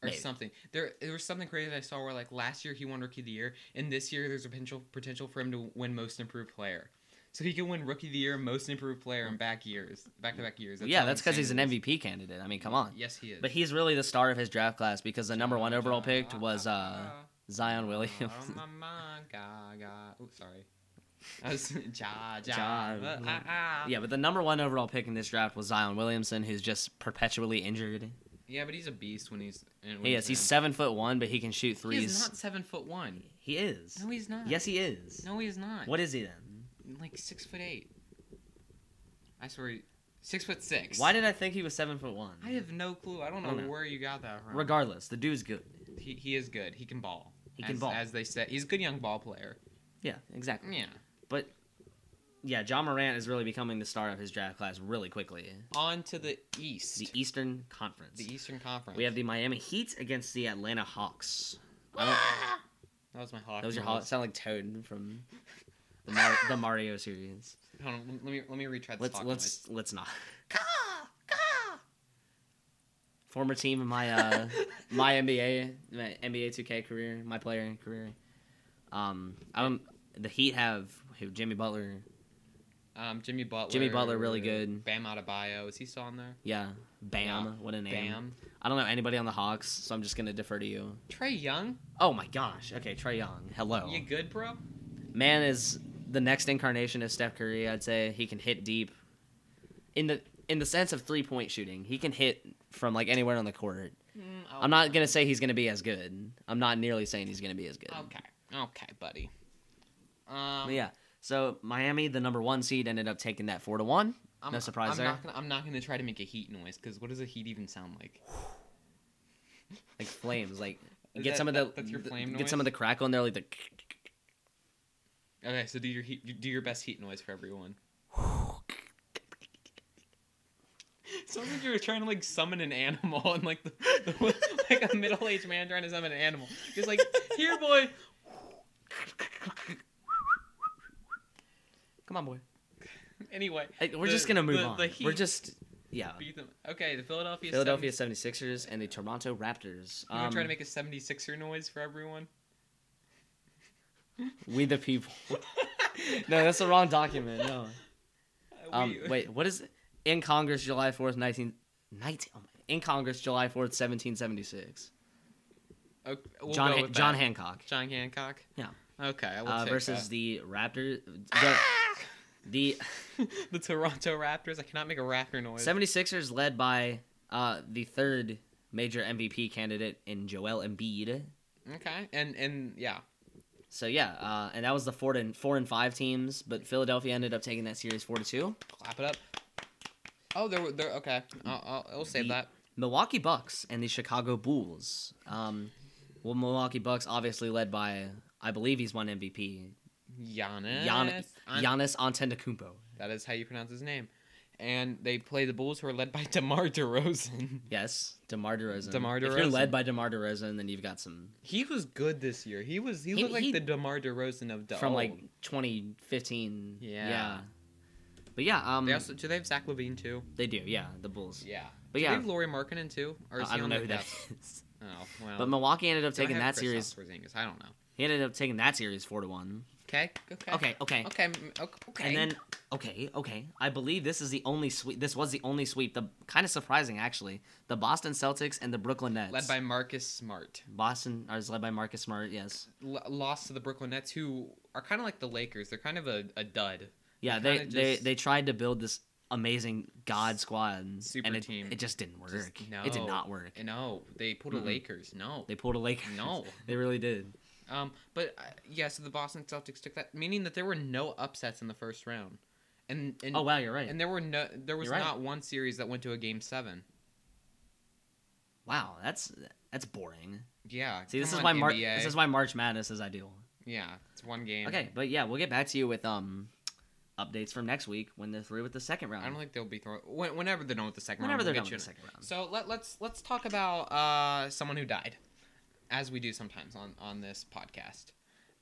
or
Maybe.
something. There, there was something crazy that I saw where like last year he won Rookie of the Year, and this year there's a potential potential for him to win Most Improved Player. So he can win Rookie of the Year, Most Improved Player in back years, back to back years.
yeah,
how
that's because he's an
insane it is.
MVP candidate. I mean, come on.
Yes, he is.
But he's really the star of his draft class because the number one overall
Ja-
picked was uh, Zion Williams.
Oh, my, my, God, God. Ooh, sorry. I was, ja, ja.
Ja,
uh,
yeah.
ah, ah.
Yeah, but the number one overall pick in this draft was Zion Williamson, who's just perpetually injured.
Yeah, but he's a beast when he's. When
Yes, he's
in.
seven foot one, but he can
He
shoot
is
threes.
not seven foot one.
He is.
No, he's not.
Yes, he is.
No, he's not.
What is he then?
Like six foot eight. I swear, he- six foot six.
Why did Oh, I think he was seven foot one?
I have no clue. I don't know
I don't know.
where you got that from.
Regardless, the dude's good.
he, he is good. He can ball.
He can
As-
ball.
as they say. He's a good young ball player.
Yeah, exactly.
Yeah.
But yeah, John Morant is really becoming the star of his draft class really quickly.
On to the East,
The
the,
Eastern Conference.
Eastern Conference.
We have the Miami Heat against the Atlanta Hawks. I don't-
That was my hawk.
that was your
noise.
Hawks. Sound like Toad from the, Mar- the Mario series.
Hold on, let me let me retry this.
Let's
hawk
let's let's not. Former team in my uh,
noise.
my NBA my NBA 2K career, my player career. Um, I don't. The Heat have who? Jimmy Butler.
um, Jimmy Butler.
Jimmy Butler, really good.
Bam Adebayo. Is he still on there?
Yeah, Bam.
Yeah,
What a name.
Bam.
I don't know anybody on the Hawks, so I'm just gonna defer to you.
Trey Young.
Oh my gosh. Okay, Trey Young. Hello.
You good, bro?
Man is the next incarnation of Steph Curry. I'd say he can hit deep. In the in the sense of three point shooting, he can hit from like anywhere on the court.
Mm,
I'm not gonna say he's gonna be as good. I'm not nearly saying he's gonna be as good.
Okay. Okay, buddy. Um,
But yeah. So Miami, the number one seed, ended up taking that four to one.
I'm,
no surprise
I'm
there.
Not gonna, I'm not gonna try to make a heat noise because what does a heat even sound like?
Like flames. Like
Is
get
that-
some of the
that- that's your
the-
flame
get
noise?
some of the crackle in there. Like the
Okay, so do your heat, you do your best heat noise for everyone. Sounds like you were trying to like summon an animal and like the, the like a middle aged man trying to summon an animal. Just like here, boy.
Come on, boy.
Anyway,
Like, we're
The-
just gonna move
the-
on.
the
We're
Heat
just yeah.
beat them. Okay, the Philadelphia.
Philadelphia 76ers and the Toronto Raptors.
I'm
Um,
trying to make a 76er noise for everyone.
we the people. no, that's the wrong document. No. Um,
We-
wait, what is it? in Congress July 4th 19 19 oh my- in Congress July 4th 1776.
Okay, we'll
John
go
Han-
with
John
that.
Hancock.
John Hancock.
Yeah.
Okay, I will
Uh,
take
versus
that.
the Raptors
Ah!
the,
the Toronto Raptors. I cannot make a Raptor
the
noise.
76ers led by uh, the third major MVP candidate in Joel Embiid.
Okay, and and yeah,
So yeah, uh, and that was the four and four and five teams, but Philadelphia ended up taking that series four to two.
clap it up. Oh, there, were- there. Okay, I'll, I'll, I'll save
The-
that.
Milwaukee Bucks and the Chicago Bulls. Um, well, Milwaukee Bucks obviously led by, I believe he's won MVP,
Giannis.
Gian-
An-
Giannis Antetokounmpo.
That is how you pronounce his name. And they play the Bulls, who are led by DeMar DeRozan.
Yes, DeMar DeRozan.
DeMar
If you're
DeRozan.
led by DeMar DeRozan, then you've got some
He was good this year. He was. He,
He-
looked like
he-
the DeMar DeRozan of the
from
old.
like 2015.
Yeah.
But yeah, um,
They also do they have Zach Levine too?
they do. Yeah, the Bulls.
Yeah.
But
do they
yeah,
have Laurie Markkinen too? Or
I-
is
I
he
don't
on
know
the
who that
Caps?
is.
Oh well.
But Milwaukee ended up
They don't
taking
have
that series.
Kristaps Porzingis. I don't know.
He ended up taking that series four to one.
Okay. Okay.
Okay, okay.
Okay. m- ok- Okay.
And then okay, okay. I believe this is the only sweep. This was the only sweep. The kind of surprising actually. The Boston Celtics and the Brooklyn Nets.
led by Marcus Smart,
Boston or is led by Marcus Smart. Yes.
L- lost to the Brooklyn Nets, who are kind of like the Lakers. They're kind of a, a dud.
Yeah,
They
they
kinda
they
just-
they tried to build this amazing god squad
Super
and it,
team.
It just didn't work.
Just-
It did
no.
not work.
No, they pulled a
Mm-mm.
Lakers. No.
Mm-hmm. They pulled a Lakers.
No.
they really did.
Um, but uh, yeah, so the Boston Celtics took that, meaning that there were no upsets in the first round, and and
Oh wow, you're right.
and there were no, there was
You're right.
not one series that went to a game seven.
wow, that's that's boring.
Yeah.
See, this
come
is
on,
why Mar-
NBA.
this is why March Madness is ideal.
yeah, it's one game.
Okay, but yeah, we'll get back to you with um updates from next week when they're through with the second round.
I don't think they'll be throwing when, whenever they're done with the second
Whenever
round.
they're
we'll
done
get you
with the
in.
second round.
So let, let's let's talk about uh, someone who died, as we do sometimes on on this podcast.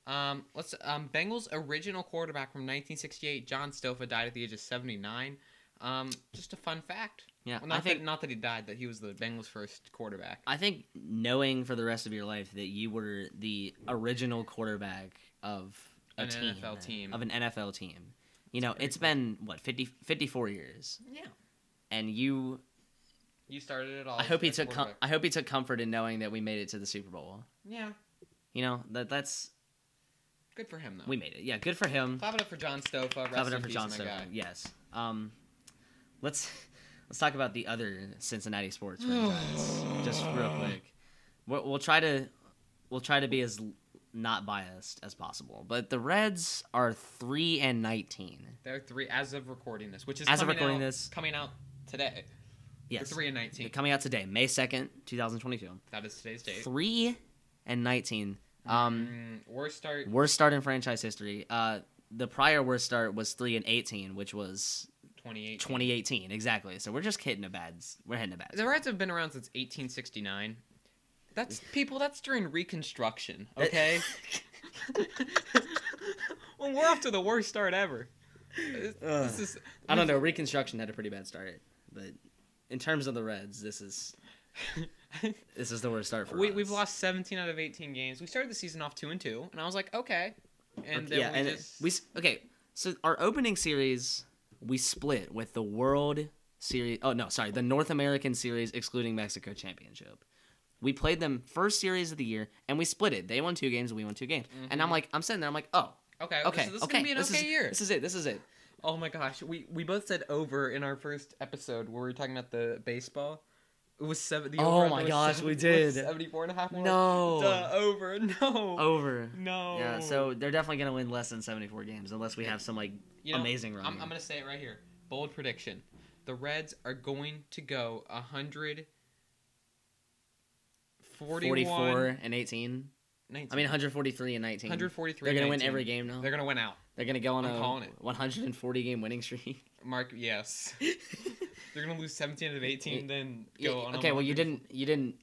Um, let's um, Bengals original quarterback from 1968, John Stofa, died at the age of 79. Um, just a fun fact.
Yeah,
Well,
I
not
think
that, not that he died, that he was the Bengals' first quarterback.
I think knowing for the rest of your life that you were the original quarterback of a
An
team,
NFL team.
of an NFL team. You know,
Very
it's been what 50, 54 years,
yeah,
and you.
you started it all.
I
as
hope he
their
took. Com-
quarterback.
I hope he took comfort in knowing that we made it to the Super Bowl.
yeah,
You know that that's
Good for him though.
We made it. Yeah, good for him.
Clap it up for John Stofa.
Clap it up
for
for John Stover. Yes. Um, let's let's talk about the other Cincinnati sports franchise just real quick. We'll, we'll try to we'll try to be as l- not biased as possible. But the Reds are three and nineteen.
They're three as of recording this, which is
As of
coming
recording
out-
this-
coming out today. They're
Yes,
three and
They're
nineteen.
coming out today, May second, two thousand twenty-two.
That is today's date.
Three and nineteen. Um,
Mm, worst start.
worst start in franchise history. Uh, the prior worst start was three and eighteen, which was
28.
2018 exactly. So we're just hitting a bad. s- We're hitting a bad. s-
The Reds have been around since 1869. That's people. That's during Reconstruction.
Eh.
Okay. well, we're off to the worst start ever. This- this is-
I don't know. Reconstruction had a pretty bad start, but in terms of the Reds, this is this is the worst start for
we,
us.
we've lost 17 out of 18 games. We started the season off two and two, and I was like, okay. And then
yeah,
we
and it-
just
we s- okay. So our opening series we split with the World Series. Oh no, sorry, the North American Series excluding Mexico Championship. We played them first series of the year, and we split it. They won two games, we won two games. And I'm like, I'm sitting there, I'm like, oh,
Mm-hmm. okay.
okay,
so this
okay,
is gonna be an
this
okay
is,
year.
This is it. This is it.
Oh my gosh, we we both said over in our first episode where we were talking about the baseball. It was seven. The
Oh
over-under
my
was
gosh,
seven-
we
was
did.
Seventy-four and a half. and we're
No.
like, Duh, over. No.
Over.
No.
Yeah, so they're definitely gonna win less than seventy four games unless we have some like
You know,
amazing run.
I'm, I'm gonna say it right here. Bold prediction: the Reds are going to go a hundred. 41,
44 and eighteen.
19.
I mean, one hundred forty three and nineteen.
143.
They're gonna win
19.
every game now.
They're
They're,
gonna win out.
gonna go on
I'm calling
a
it.
one hundred and forty game winning streak.
Mark, yes. They're gonna lose 17 out of 18, then
Yeah,
go on. a
okay, well you
100
didn't. You didn't.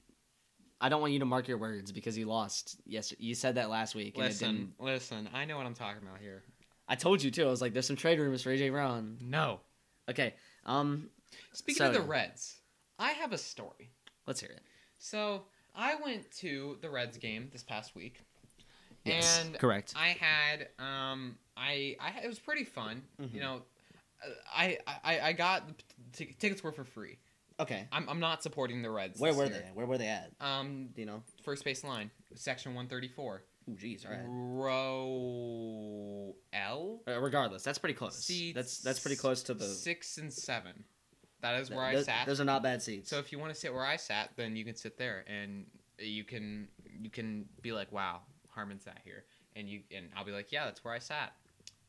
I don't want you to mark your words because you lost. Yes, you said that last week. And it didn't.
Listen, listen. I know what I'm talking about here.
I told you too. I was like, "There's some trade rumors for AJ Brown."
No.
Okay. Um,
Speaking
So,
of the
yeah.
Reds, I have a story.
let's hear it.
So I went to the Reds game this past week,
Yes,
and
correct.
I had um I I it was pretty fun.
Mhm.
You know, uh, I I I got the t- tickets were for free.
Okay.
I'm I'm not supporting the Reds.
Where
this
were
year.
they? Where were they at?
Um,
Do you know?
first base line, section 134,
Oh, jeez. All right.
row L.
Uh, regardless, that's pretty close.
Seats
that's that's pretty close to the.
six and seven. That is
th-
where I
those-
sat.
Those are not bad seats.
So if you want to sit where I sat, then you can sit there, and you can you can be like, "Wow, Harmon sat here," and you and I'll be like, "Yeah, that's where I sat."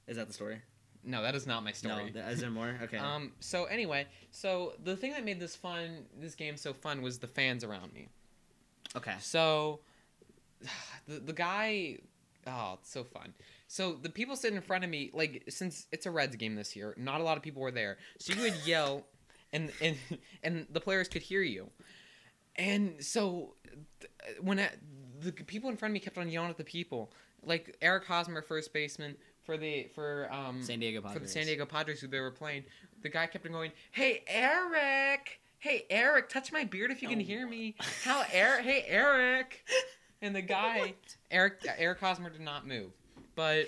is that the story?
No, that is not my story.
No, th- is there more? Okay.
um. So anyway, so the thing that made this fun, this game so fun, was the fans around me.
okay.
mm, So, the the guy, oh, it's so fun. So the people sitting in front of me, like since it's a Reds game this year, not a lot of people were there. So you would yell, and and and the players could hear you. And so, th- when I, the people in front of me kept on yelling at the people, like Eric Hosmer, first baseman for the for um
San Diego Padres.
for the San Diego Padres who they were playing, the guy kept on going, "Hey Eric, hey Eric, touch my beard if you can
Oh.
hear me. How Eric, hey Eric." And the guy, Eric Eric Hosmer did not move. But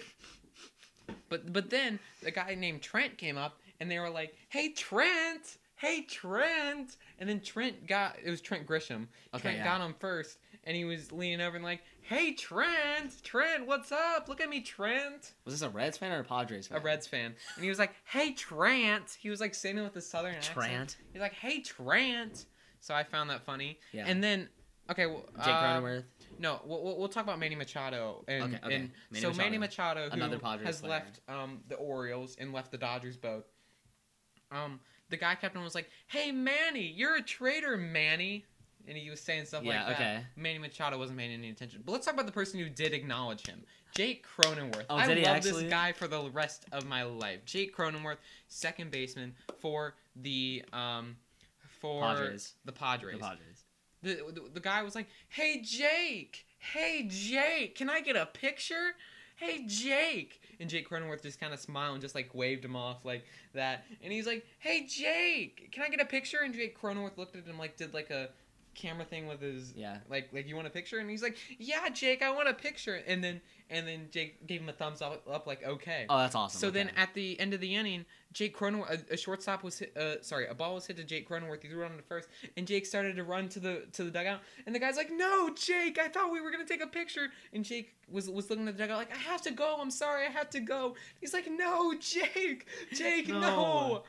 but but then a guy named Trent came up and they were like, "Hey Trent, hey Trent." And then Trent got it was Trent Grisham.
Okay,
Trent
yeah.
got him first and he was leaning over and like, "Hey Trent, Trent, what's up? Look at me, Trent."
Was this a Reds fan or a Padres fan?
a Reds fan, and he was like, "Hey Trant," he was like saying it with a southern accent.
Trant.
He's like, "Hey Trant," so I found that funny.
Yeah.
And then, okay, well,
Jake
uh,
Cronenworth.
no, we'll, we'll, we'll talk about Manny Machado and,
Okay, okay.
and
Manny
so
Machado.
Manny Machado, who
Another Padres
has
player.
left um, the Orioles and left the Dodgers both. Um, the guy captain was like, "Hey Manny, you're a traitor, Manny," and he was saying stuff
Yeah,
like that.
okay.
Manny Machado wasn't paying any attention. But let's talk about the person who did acknowledge him. Jake Cronenworth.
Oh,
I
did he
love
actually?
this guy for the rest of my life. Jake Cronenworth, second baseman for the um for
Padres.
the Padres.
The Padres.
The, the, the guy was like, "Hey Jake, hey Jake, can I get a picture? Hey Jake." And Jake Cronenworth just kind of smiled and just like waved him off like that. And he's like, "Hey Jake, can I get a picture?" And Jake Cronenworth looked at him like did like a camera thing with his
Yeah.
like like you want a picture and he's like yeah jake i want a picture and then and then jake gave him a thumbs up, up like okay
Oh, that's awesome.
so then
okay.
at the end of the inning jake cronenworth a, a shortstop was hit, uh, sorry a ball was hit to jake cronenworth he threw it on to first and jake started to run to the to the dugout and the guy's like no jake i thought we were gonna take a picture and jake was was looking at the dugout like i have to go i'm sorry i have to go he's like no jake jake no,
No.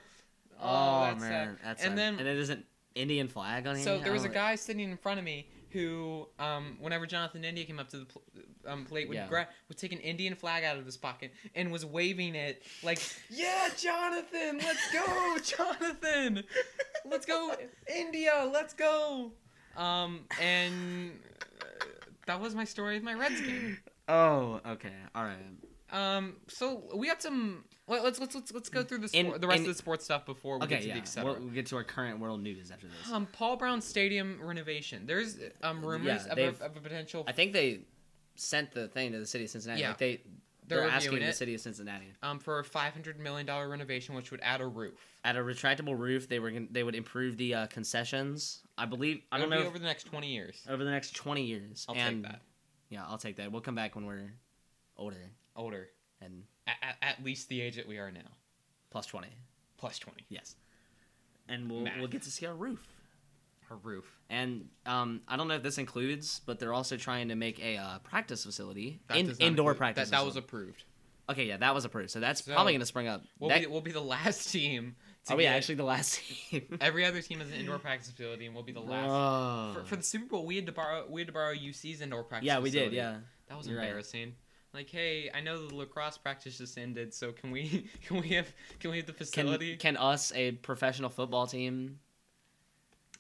Oh, that's sad.
man, that's
and
sad.
then
and it isn't Indian flag on
so
here.
there was a
Oh,
guy sitting in front of me who, um, whenever Jonathan India came up to the pl- um, plate, would,
Yeah.
gra- would take an Indian flag out of his pocket and was waving it like, "Yeah, Jonathan, let's go, Jonathan, let's go, India, let's go." Um, and uh, that was my story of my Reds game.
Oh, okay, all right.
Um, so we got some. Let, let's let's let's let's go through the
And-
sport, the rest
and-
of the sports stuff before we
Okay,
get to
yeah.
the etc.
We'll, we'll get to our current world news after this.
Um, Paul Brown Stadium renovation. There's um rumors
Yeah,
of,
they've-
a, of a potential.
I think they sent the thing to the city of Cincinnati.
Yeah.
Like they
They're
they're,
reviewing
asking the
it.
city of Cincinnati
um, for a five hundred million dollar renovation, which would add a roof.
at a retractable roof. They were gonna, they would improve the uh, concessions. I believe I don't
It'll
know
be
if-
over the next twenty years.
over the next twenty years.
I'll
and
take that.
yeah, I'll take that. We'll come back when we're older
Older,
and
at, at, at least the age that we are now,
plus twenty.
plus twenty.
Yes, and we'll
Math.
we'll get to see our roof.
A roof.
And um, I don't know if this includes, but they're also trying to make a uh, practice facility,
That
in,
does not
indoor
include-
practice.
That, that was approved.
a- okay. Yeah, that was approved. So that's
So,
probably going to spring up.
We'll
That-
be we'll be the last team. To
are we
get-
actually the last team?
Every other team has an indoor practice facility, and we'll be the last.
Oh.
For, for the Super Bowl, we had to borrow we had to borrow UC's indoor practice.
yeah, we did.
facility.
Yeah,
That was
You're right.
embarrassing. Like, hey, I know the lacrosse practice just ended, so can we can we have can we have the
can,
facility?
can us a professional football team,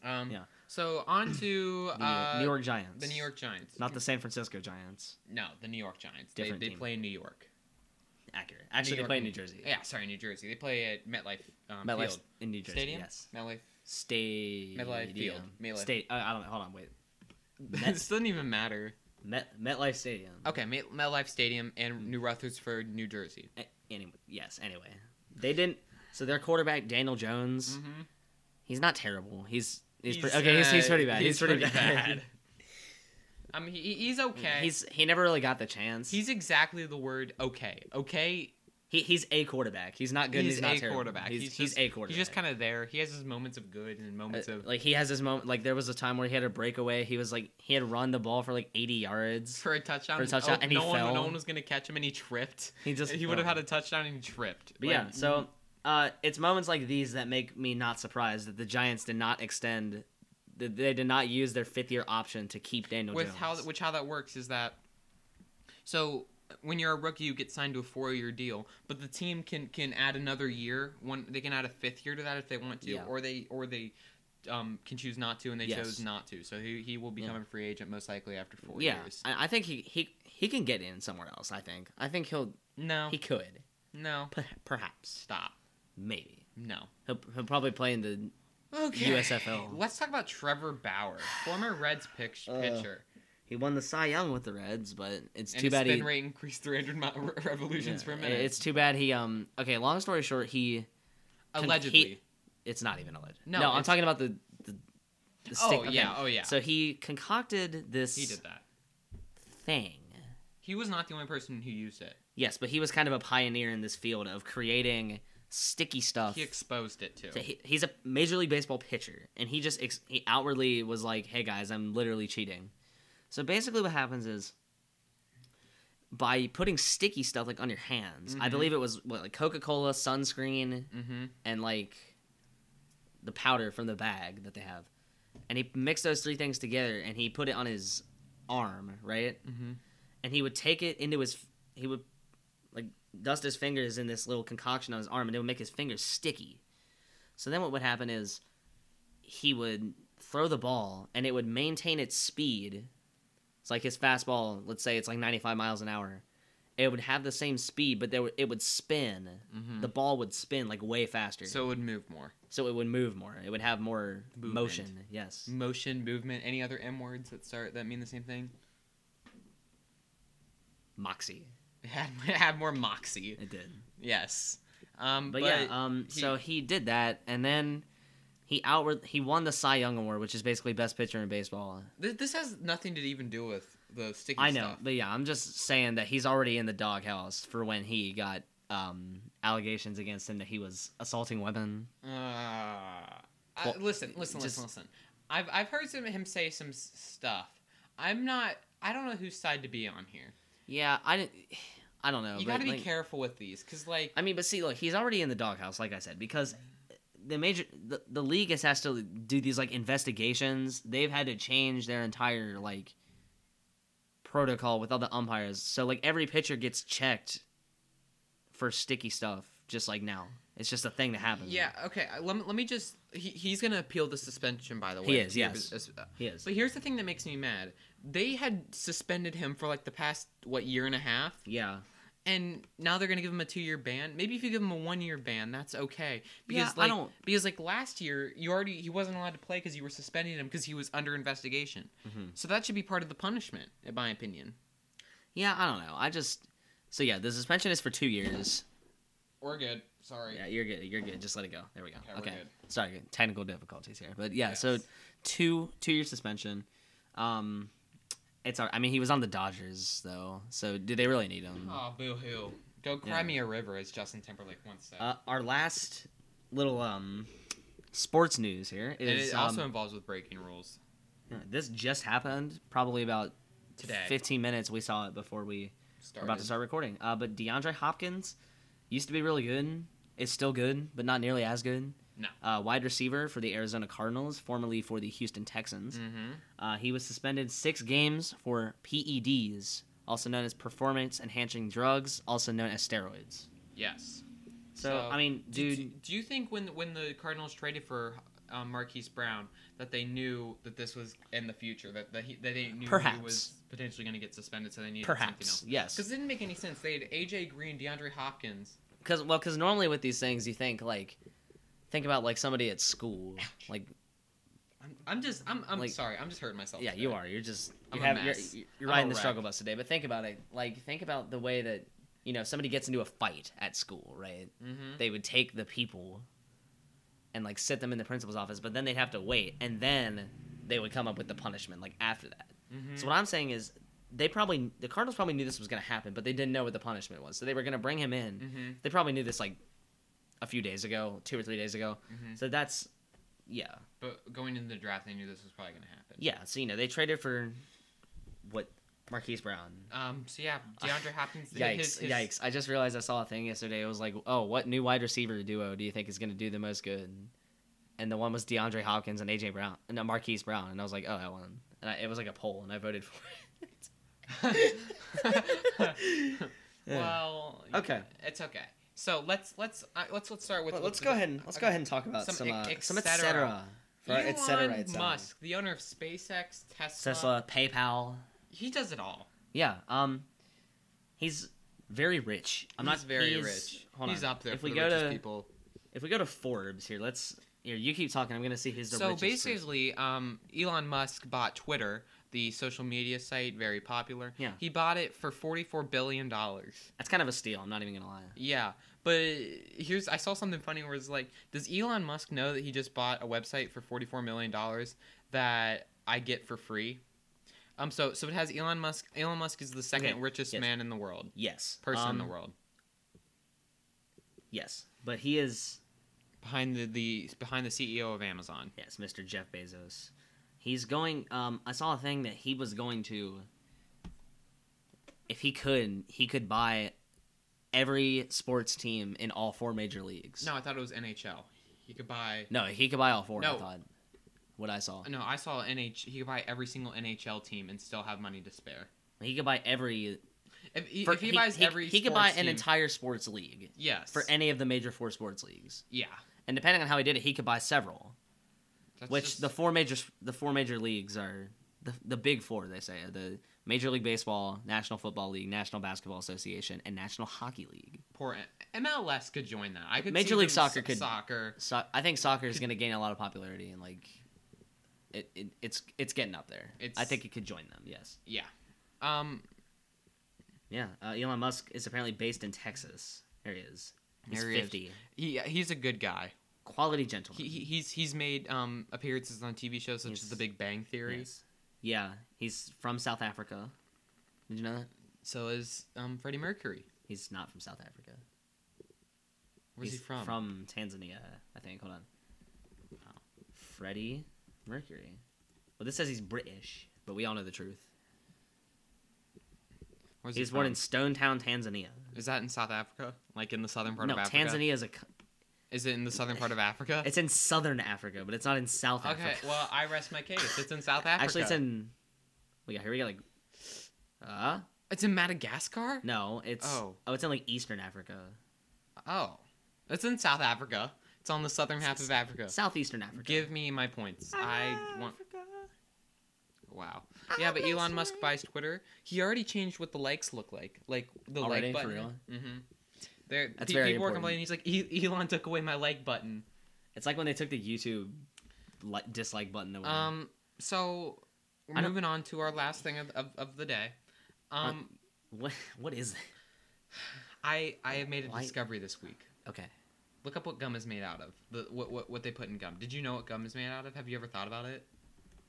um,
yeah.
So on to
the
uh,
New York Giants,
the New York Giants.
not the San Francisco Giants.
no, the New York Giants.
Different
they they
team.
play in New York.
Accurate. Actually, they
York
play in
and-
New Jersey.
Yeah, sorry, New Jersey. They play at MetLife um,
MetLife
Field
in New Jersey.
Stadium.
Yes.
MetLife.
State.
MetLife Field. MetLife.
State. Uh, I don't know. Hold on. Wait. Met,
this doesn't even matter.
Met, MetLife Stadium.
Okay, Met, MetLife Stadium and New Rutherford, New Jersey.
A- anyway, yes. Anyway, they didn't. So their quarterback Daniel Jones,
Mhm.
he's not terrible. He's he's,
He's,
pretty, okay. he's, he's
uh,
pretty bad. He's,
he's
pretty,
pretty
bad.
bad. I mean, he, he's okay.
He's he never really got the chance.
he's exactly the word okay. Okay
he, he's a quarterback. He's not good. and He's,
he's,
not
a
terrible.
quarterback.
He's,
He's,
he's,
just,
a quarterback.
He's just kind of there. He has his moments of good and moments
Uh,
of
like he has this moment. Like there was a time where he had a breakaway. He was like he had run the ball for like eighty yards.
for a touchdown. Oh,
for a touchdown, and he
no one,
fell.
no one was gonna catch him, and he tripped.
He just
he would have
fell.
had a touchdown, and he tripped.
But yeah,
Like,
so uh, it's moments like these that make me not surprised that the Giants did not extend, that they did not use their fifth year option to keep Daniel
with
Jones.
how which how that works is that so when you're a rookie, you get signed to a four year deal, but the team can can add another year. One they can add a fifth year to that if they want to,
Yeah.
or they or they. Um, can choose not to, and they
Yes.
chose not to. So he, he will become a free agent most likely after four
yeah,
years.
I, I think he, he he can get in somewhere else. I think I think he'll
No,
he could
no,
P- perhaps
stop.
maybe
No.
he'll, he'll probably play in the
Okay.
USFL.
Let's talk about Trevor Bauer, former Reds pick-
Ugh.
pitcher.
he won the Cy Young with the Reds, but Uh, it's
and
too
his
bad he
spin rate increased 300 mi- re- revolutions
yeah,
per minute.
it's too bad he um okay. Long story short, he con-
allegedly.
he- it's not even a legend.
No,
No, I'm
it's-
talking about the the, the
oh
stick. okay.
yeah, oh yeah.
So he concocted this
he did that.
thing.
He was not the only person who used it.
Yes, but he was kind of a pioneer in this field of creating sticky stuff.
He exposed it too.
So he- he's a major league baseball pitcher, and he just ex- he outwardly was like, "Hey guys, I'm literally cheating." So basically, what happens is by putting sticky stuff like on your hands. I
Mhm.
believe it was what like Coca Cola, sunscreen,
mm-hmm.
and like the powder from the bag that they have. And he mixed those three things together and he put it on his arm, right?
Mhm.
And he would take it into his he would like dust his fingers in this little concoction on his arm and it would make his fingers sticky. So then what would happen is he would throw the ball and it would maintain its speed. It's like his fastball, let's say it's like 95 miles an hour. It would have the same speed, but there would, it would spin.
Mhm.
The ball would spin like way faster
So it would move more.
so it would move more. It would have more
Movement. Mm.
motion. Yes.
Motion, movement, any other M words that start that mean the same thing?
Moxie.
It had, it had more moxie.
It did.
Yes. Um,
But, yeah, um
he-
so he did that and then He outward he won the Cy Young Award, which is basically best pitcher in baseball.
This, this has nothing to even do with the sticky
I know,
stuff.
but yeah, I'm just saying that he's already in the doghouse for when he got um, allegations against him that he was assaulting women.
Uh, I-
Well,
listen, listen,
just-
listen, listen. I've I've heard some, him say some s- stuff. I'm not. I don't know whose side to be on here.
Yeah, I didn't. I don't know.
you
but,
got to be
like-
careful with these, cause like
I mean, but see, look, he's already in the doghouse, like I said, because the major the, the league has, has to do these like investigations. They've had to change their entire like protocol with all the umpires. So like every pitcher gets checked for sticky stuff, just like now. It's just a thing that happens.
yeah, okay. I- Let me, let me just. He, he's gonna appeal the suspension, by the way.
He is,
Yeah,
yes.
but- as- uh,
he is.
But here's the thing that makes me mad. They had suspended him for like the past what year and a half,
yeah,
and now they're gonna give him a two year ban. Maybe if you give him a one year ban, that's okay. Because
I
like,
don't-
because like last year, you already he wasn't allowed to play because you were suspending him because he was under investigation.
Mhm.
So that should be part of the punishment, in my opinion.
yeah. I don't know. I just so yeah. The suspension is for two years.
We're good. Sorry.
Yeah, you're good. You're good. Just let it go. There we go.
Okay, we're
Okay.
good.
Sorry, technical difficulties here, but yeah. So
Yes.
two two year suspension. Um, it's all. I mean, he was on the Dodgers though, so do they really need him?
Oh, boo hoo. Go cry
Yeah.
me a river, as Justin Timberlake once said.
Uh, our last little um sports news here
and
is
it also
um,
involves with breaking rules.
this just happened probably about
Today.
15 minutes we saw it before we were
Started.
about to start recording uh, but deandre hopkins used to be really good is still good but not nearly as good
No.
uh, wide receiver for the arizona cardinals formerly for the houston texans
Mm-hmm.
Uh, he was suspended six games for PEDs, also known as performance enhancing drugs, also known as steroids.
Yes.
So,
So,
I mean,
Do-
dude,
Do, do you think when when the Cardinals traded for um, Marquise Brown that they knew that this was in the future that that, he, that they knew
Perhaps.
he was potentially going to get suspended, so they needed something
perhaps
else?
yes,
Because it didn't make any sense. They had AJ Green, DeAndre Hopkins.
because well, because normally with these things, you think like, think about like somebody at school, like
I'm, I'm just I'm I'm
Like-
sorry. I'm just hurting myself.
yeah,
today.
you are, you're just
I'm
you
a
have you're,
mess.
you're
I'm a
riding the
wreck.
struggle bus today, but think about it, like think about the way that you know somebody gets into a fight at school, right?
Mhm.
they would take the people and like sit them in the principal's office, but then they'd have to wait, and then they would come up with the punishment like after that.
Mhm.
So what I'm saying is, they probably the Cardinals probably knew this was going to happen, but they didn't know what the punishment was. So they were going to bring him in.
Mhm.
They probably knew this like a few days ago, two or three days ago.
Mhm.
So that's yeah,
But going into the draft, they knew this was probably going to happen.
yeah. So you know they traded for what Marquise Brown.
Um. So yeah, DeAndre Hopkins.
Yikes!
his- his-
Yikes! I just realized I saw a thing yesterday. It was like, oh, what new wide receiver duo do you think is going to do the most good? And the one was DeAndre Hopkins and AJ Brown, no Marquise Brown. And I was like, oh, I won. And I, it was like a poll, and I voted for it.
well.
Okay.
It's okay. So let's let's uh, let's let's start with.
Well, let's go ahead. And, let's
okay.
go ahead and talk about
Some
some
e-
uh,
et
some et
cetera.
cetera. For our
Elon
et cetera, et cetera.
Musk, the owner of SpaceX, Tesla,
Tesla, PayPal.
he does it all.
Yeah. Um, he's very rich. I'm
he's
not
very
he's-
rich.
Hold
he's
on.
up there
If
for
we
the
go
richest
to
people.
if we go to Forbes here, let's here. You keep talking. I'm gonna see who's the
So
richest. person.
basically, um, Elon Musk bought Twitter, the social media site, very popular.
Yeah.
He bought it for forty-four billion dollars.
That's kind of a steal. I'm not even gonna lie.
Yeah, but here's I saw something funny where it's like, does Elon Musk know that he just bought a website for forty-four million dollars that I get for free? Um, so so it has Elon Musk. Elon Musk is the second
Okay,
richest
yes.
man in the world,
Yes.
person in the
Um,
world,
Yes, but he is
behind the, the behind the
E
CEO of Amazon.
yes, Mr. Jeff Bezos. He's going. Um, I saw a thing that he was going to. If he could, he could buy every sports team in all four major leagues.
No, I thought it was NHL. He could buy.
no, he could buy all four.
No.
I thought. What I saw,
No, I saw NH. He could buy every single NHL team and still have money to spare.
he could buy every.
If he,
for-
if he, buys
he,
every,
he could buy
sports
an
team-
entire sports league
Yes.
for any of the major four sports leagues,
yeah.
and depending on how he did it, he could buy several.
That's
which
just-
the four major the four major leagues are the, the big four they say are the Major League Baseball, National Football League, National Basketball Association, and National Hockey League.
poor MLS could join that. I could
Major
see
League
them
Soccer
s-
could-
soccer.
So I think soccer is going to gain a lot of popularity and like it, it it's it's getting up there. I
It's-
think it could join them. Yes.
Yeah. Um.
Yeah. Uh, Elon Musk is apparently based in Texas. There he is. He's
There he is.
fifty.
He he's a good guy.
quality gentleman.
He, he- he's he's made um, appearances on TV shows such as
He's-
The Big Bang Theory.
Yes. Yeah, he's from South Africa. Did you know that?
So is um, Freddie Mercury.
He's not from South Africa.
Where's
he's
he from?
From Tanzania, I think. Hold on. Oh. Freddie Mercury. Well, this says he's British, but we all know the truth.
Where's
He's
he
born in
from?
Stone Town, Tanzania.
Is that in South Africa? Like in the southern part
no,
of Africa?
Tanzania is a. co-
Is it in the southern part of Africa?
It's in southern Africa, but it's not in South
okay,
Africa.
well, I rest my case. It's in South Africa.
actually, it's in. We got here. We got like. Uh
It's in Madagascar?
no, it's oh.
Oh.
it's in like Eastern Africa,
Oh. It's in South Africa. It's on the southern half of Africa.
southeastern Africa.
Give me my points. I want. Wow. Yeah, but
Africa's
Elon Musk
right.
buys Twitter. He already changed what the likes look like. Like the
Already?
like
For
button. Mm-hmm. There,
That's
pe-
very
people were
important.
complaining. He's like, "E- Elon took away my like button.
It's like when they took the YouTube li- dislike button away.
Um. So
I
we're
don't-
moving on to our last thing of, of, of the day. Um.
what what is that?
I I have made a
Why-
discovery this week.
Okay.
Look up what gum is made out of. The what, what what they put in gum. Did you know what gum is made out of? Have you ever thought about it?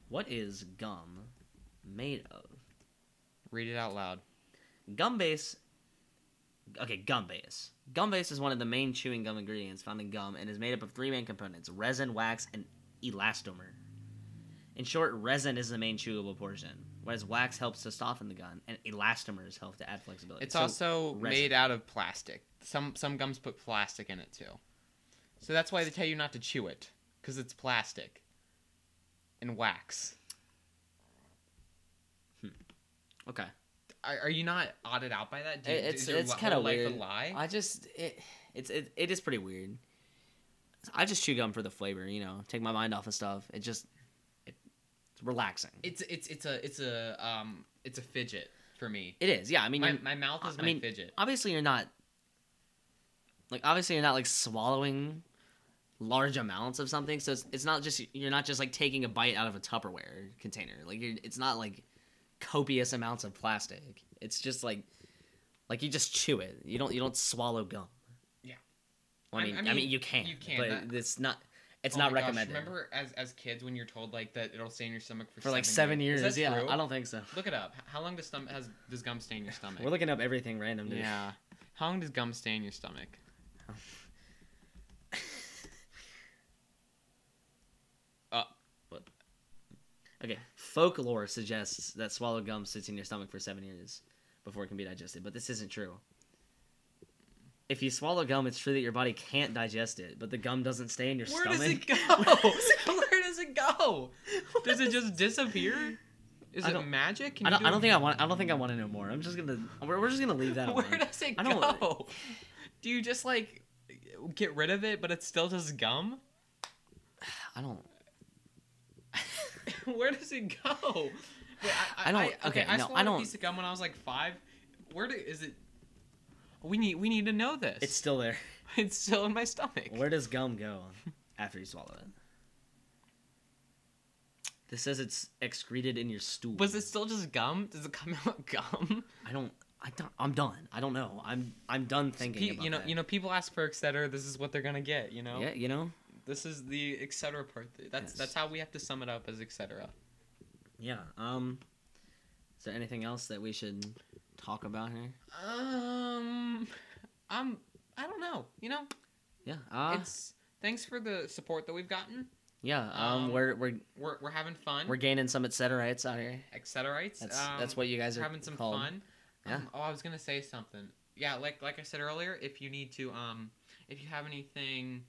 What is gum made of?
Read it out loud.
Gum base. Okay, gum base. Gum base is one of the main chewing gum ingredients found in gum and is made up of three main components resin, wax, and elastomer. In short, resin is the main chewable portion, whereas wax helps to soften the gum, and elastomers help to add flexibility.
It's
Uh, So-
also
resin.
made out of plastic. Some some gums put plastic in it too. So that's why they tell you not to chew it cuz it's plastic and wax.
Okay.
Are, are you not odded out by that? Do,
It- it's
is your
it's
li-
kind of
whole life
weird.
A lie?
I just it, it's it, it is pretty weird. I just chew gum for the flavor, you know, take my mind off of stuff. It just it, it's relaxing.
It's it's it's a it's a um it's a fidget for me.
it is, yeah. I mean,
My,
you're-
my mouth is
I
my
mean,
fidget.
obviously you're not like obviously you're not like swallowing large amounts of something, so it's it's not just you're not just like taking a bite out of a Tupperware container. Like you're, it's not like copious amounts of plastic. It's just like like you just chew it. You don't you don't swallow gum.
Yeah.
Well, I
I-
mean, I
I
mean,
mean,
you can.
you can,
but
that-
it's not. It's
Oh
not
my gosh,
recommended
remember as as kids when you're told like that it'll stay in your stomach for,
for like seven years.
Is that
yeah,
true? Oh
I don't think so.
Look it up. H- How long does stom- has does gum stay in your stomach?
We're looking up everything random. dude.
yeah. How long does gum stay in your stomach?
Okay, folklore suggests that swallowed gum sits in your stomach for seven years before it can be digested, but this isn't true. If you swallow gum, it's true that your body can't digest it, but the gum doesn't stay in your
Where
stomach.
does it go? Where does it go? Does it just disappear? Is
I
it
don't-
magic? Can
I
you
don't. I don't
a-
think I want. I don't think I want to know more. I'm just gonna. We're, we're just gonna leave that.
Where
alone.
does it
I don't-
go? Do you just like get rid of it, but it's still just gum?
I don't.
Where does it go? Wait,
I don't- okay,
I
no, I
swallowed
don't-
a piece of gum when I was like five. Where do, is it? We need we need to know this.
It's still there.
it's still in my stomach.
Where does gum go after you swallow it? This says it's excreted in your stool.
Was it still just gum? Does it come out gum?
I don't. I don't. I'm done. I don't know. I'm. I'm done thinking.
Pe-
about
you know,
that.
you know, people ask for et cetera. This is what they're gonna get. You know,
Yeah. You know.
this is the et cetera part. That's
Yes.
that's how we have to sum it up as et cetera.
Yeah. Um. Is there anything else that we should talk about here?
Um, I'm I don't know. You know,
Yeah. Uh,
it's thanks for the support that we've gotten.
yeah. Um,
um,
We're we're
We're we're having fun.
we're gaining some et cetera's out here.
et cetera's.
That's
um,
that's what you guys are
we're having some
called.
fun.
Yeah.
Um, oh, I was gonna say something. Yeah, like like I said earlier, if you need to, um, if you have anything,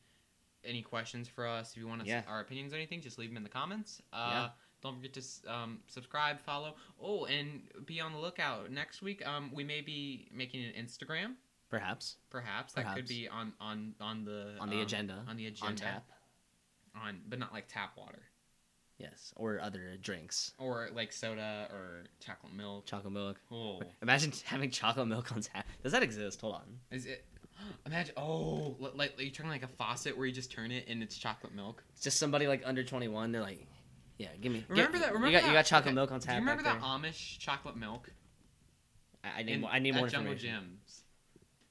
any questions for us, if you want us,
Yeah.
our opinions or anything, just leave them in the comments. Uh,
Yeah.
Don't forget to s- um, subscribe, follow. Oh, and be on the lookout next week. Um, we may be making an Instagram,
Perhaps
perhaps, that could
Perhaps.
be on on on the
on the
um,
agenda.
on the agenda
On tap.
on, but not like tap water
Yes. Or other drinks.
or like soda or chocolate milk.
Chocolate milk.
Oh.
Imagine having chocolate milk on tap. Does that exist? Hold on.
Is it? Imagine. Oh, li- like, like you're turning like a faucet where you just turn it and it's chocolate milk.
It's just somebody like under twenty one. They're like, yeah, give me.
Remember
get-
that? Remember
you got
that?
you got chocolate
okay,
milk on tap.
Do you remember
right
that Amish chocolate milk?
there. I, I need
in-
more. I need
at
more
Jungle
information.
Gyms.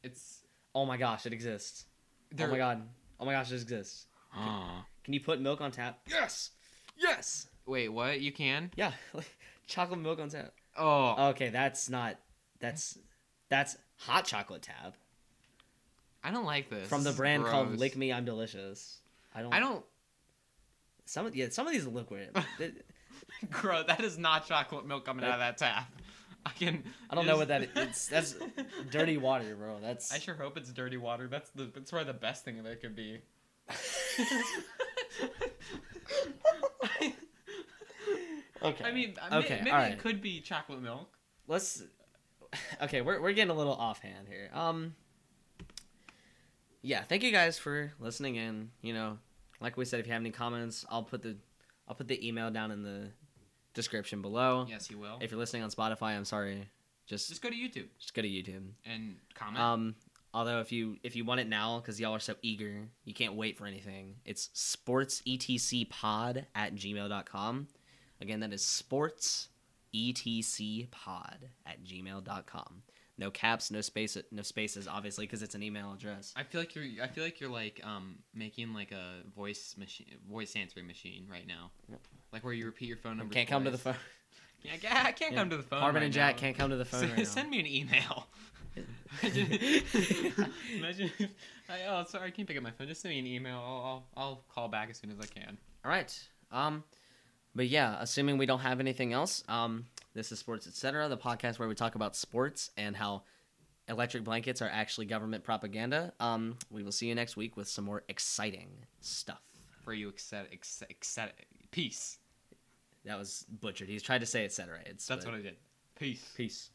It's.
Oh my gosh, it exists.
They're,
Oh my god. Oh my gosh, it exists.
Ah.
Can you put milk on tap? Yes. Yes.
Wait, what? You can?
Yeah. Like chocolate milk on tap.
Oh,
Okay, that's not. That's that's hot chocolate tab
I don't like this.
from the
This is
brand called
gross.
Lick Me. I'm delicious. I don't.
I don't.
Some of yeah. Some of these are liquid. They-
Grow. That is not chocolate milk coming out of that tap. I can.
I don't know what that is. That's dirty water, bro. That's.
I sure hope it's dirty water. That's the. That's probably the best thing that could be.
okay.
I mean, I may-
Okay,
maybe
alright.
it could be chocolate milk.
let's okay we're, we're getting a little offhand here um yeah thank you guys for listening in you know like we said if you have any comments i'll put the i'll put the email down in the description below
Yes, you will.
if you're listening on spotify i'm sorry just
Just go to YouTube
just go to youtube
and comment.
um although if you if you want it now because y'all are so eager you can't wait for anything it's E sportsetcpod at gmail.com again that is E sportsetcpod at gmail.com no caps no space no spaces obviously because it's an email address
I feel like you're. I feel like you're like um making like a voice machine, voice answering machine right now, like where you repeat your phone number.
can't come to the
twice.
phone
Yeah, I ca- I can't
Yeah.
come to the phone.
Harmon
right
and Jack
now.
can't come to the phone
S-
right now.
Send me an email. Imagine if I, oh sorry I can't pick up my phone. Just send me an email. I'll, I'll I'll call back as soon as I can.
All right. Um, but yeah, assuming we don't have anything else, um, this is Sports Etc., the podcast where we talk about sports and how electric blankets are actually government propaganda. Um, we will see you next week with some more exciting stuff.
For you, except except, except peace.
That was butchered. He's tried to say etc. It's
That's
but-
what I did. Peace.
Peace.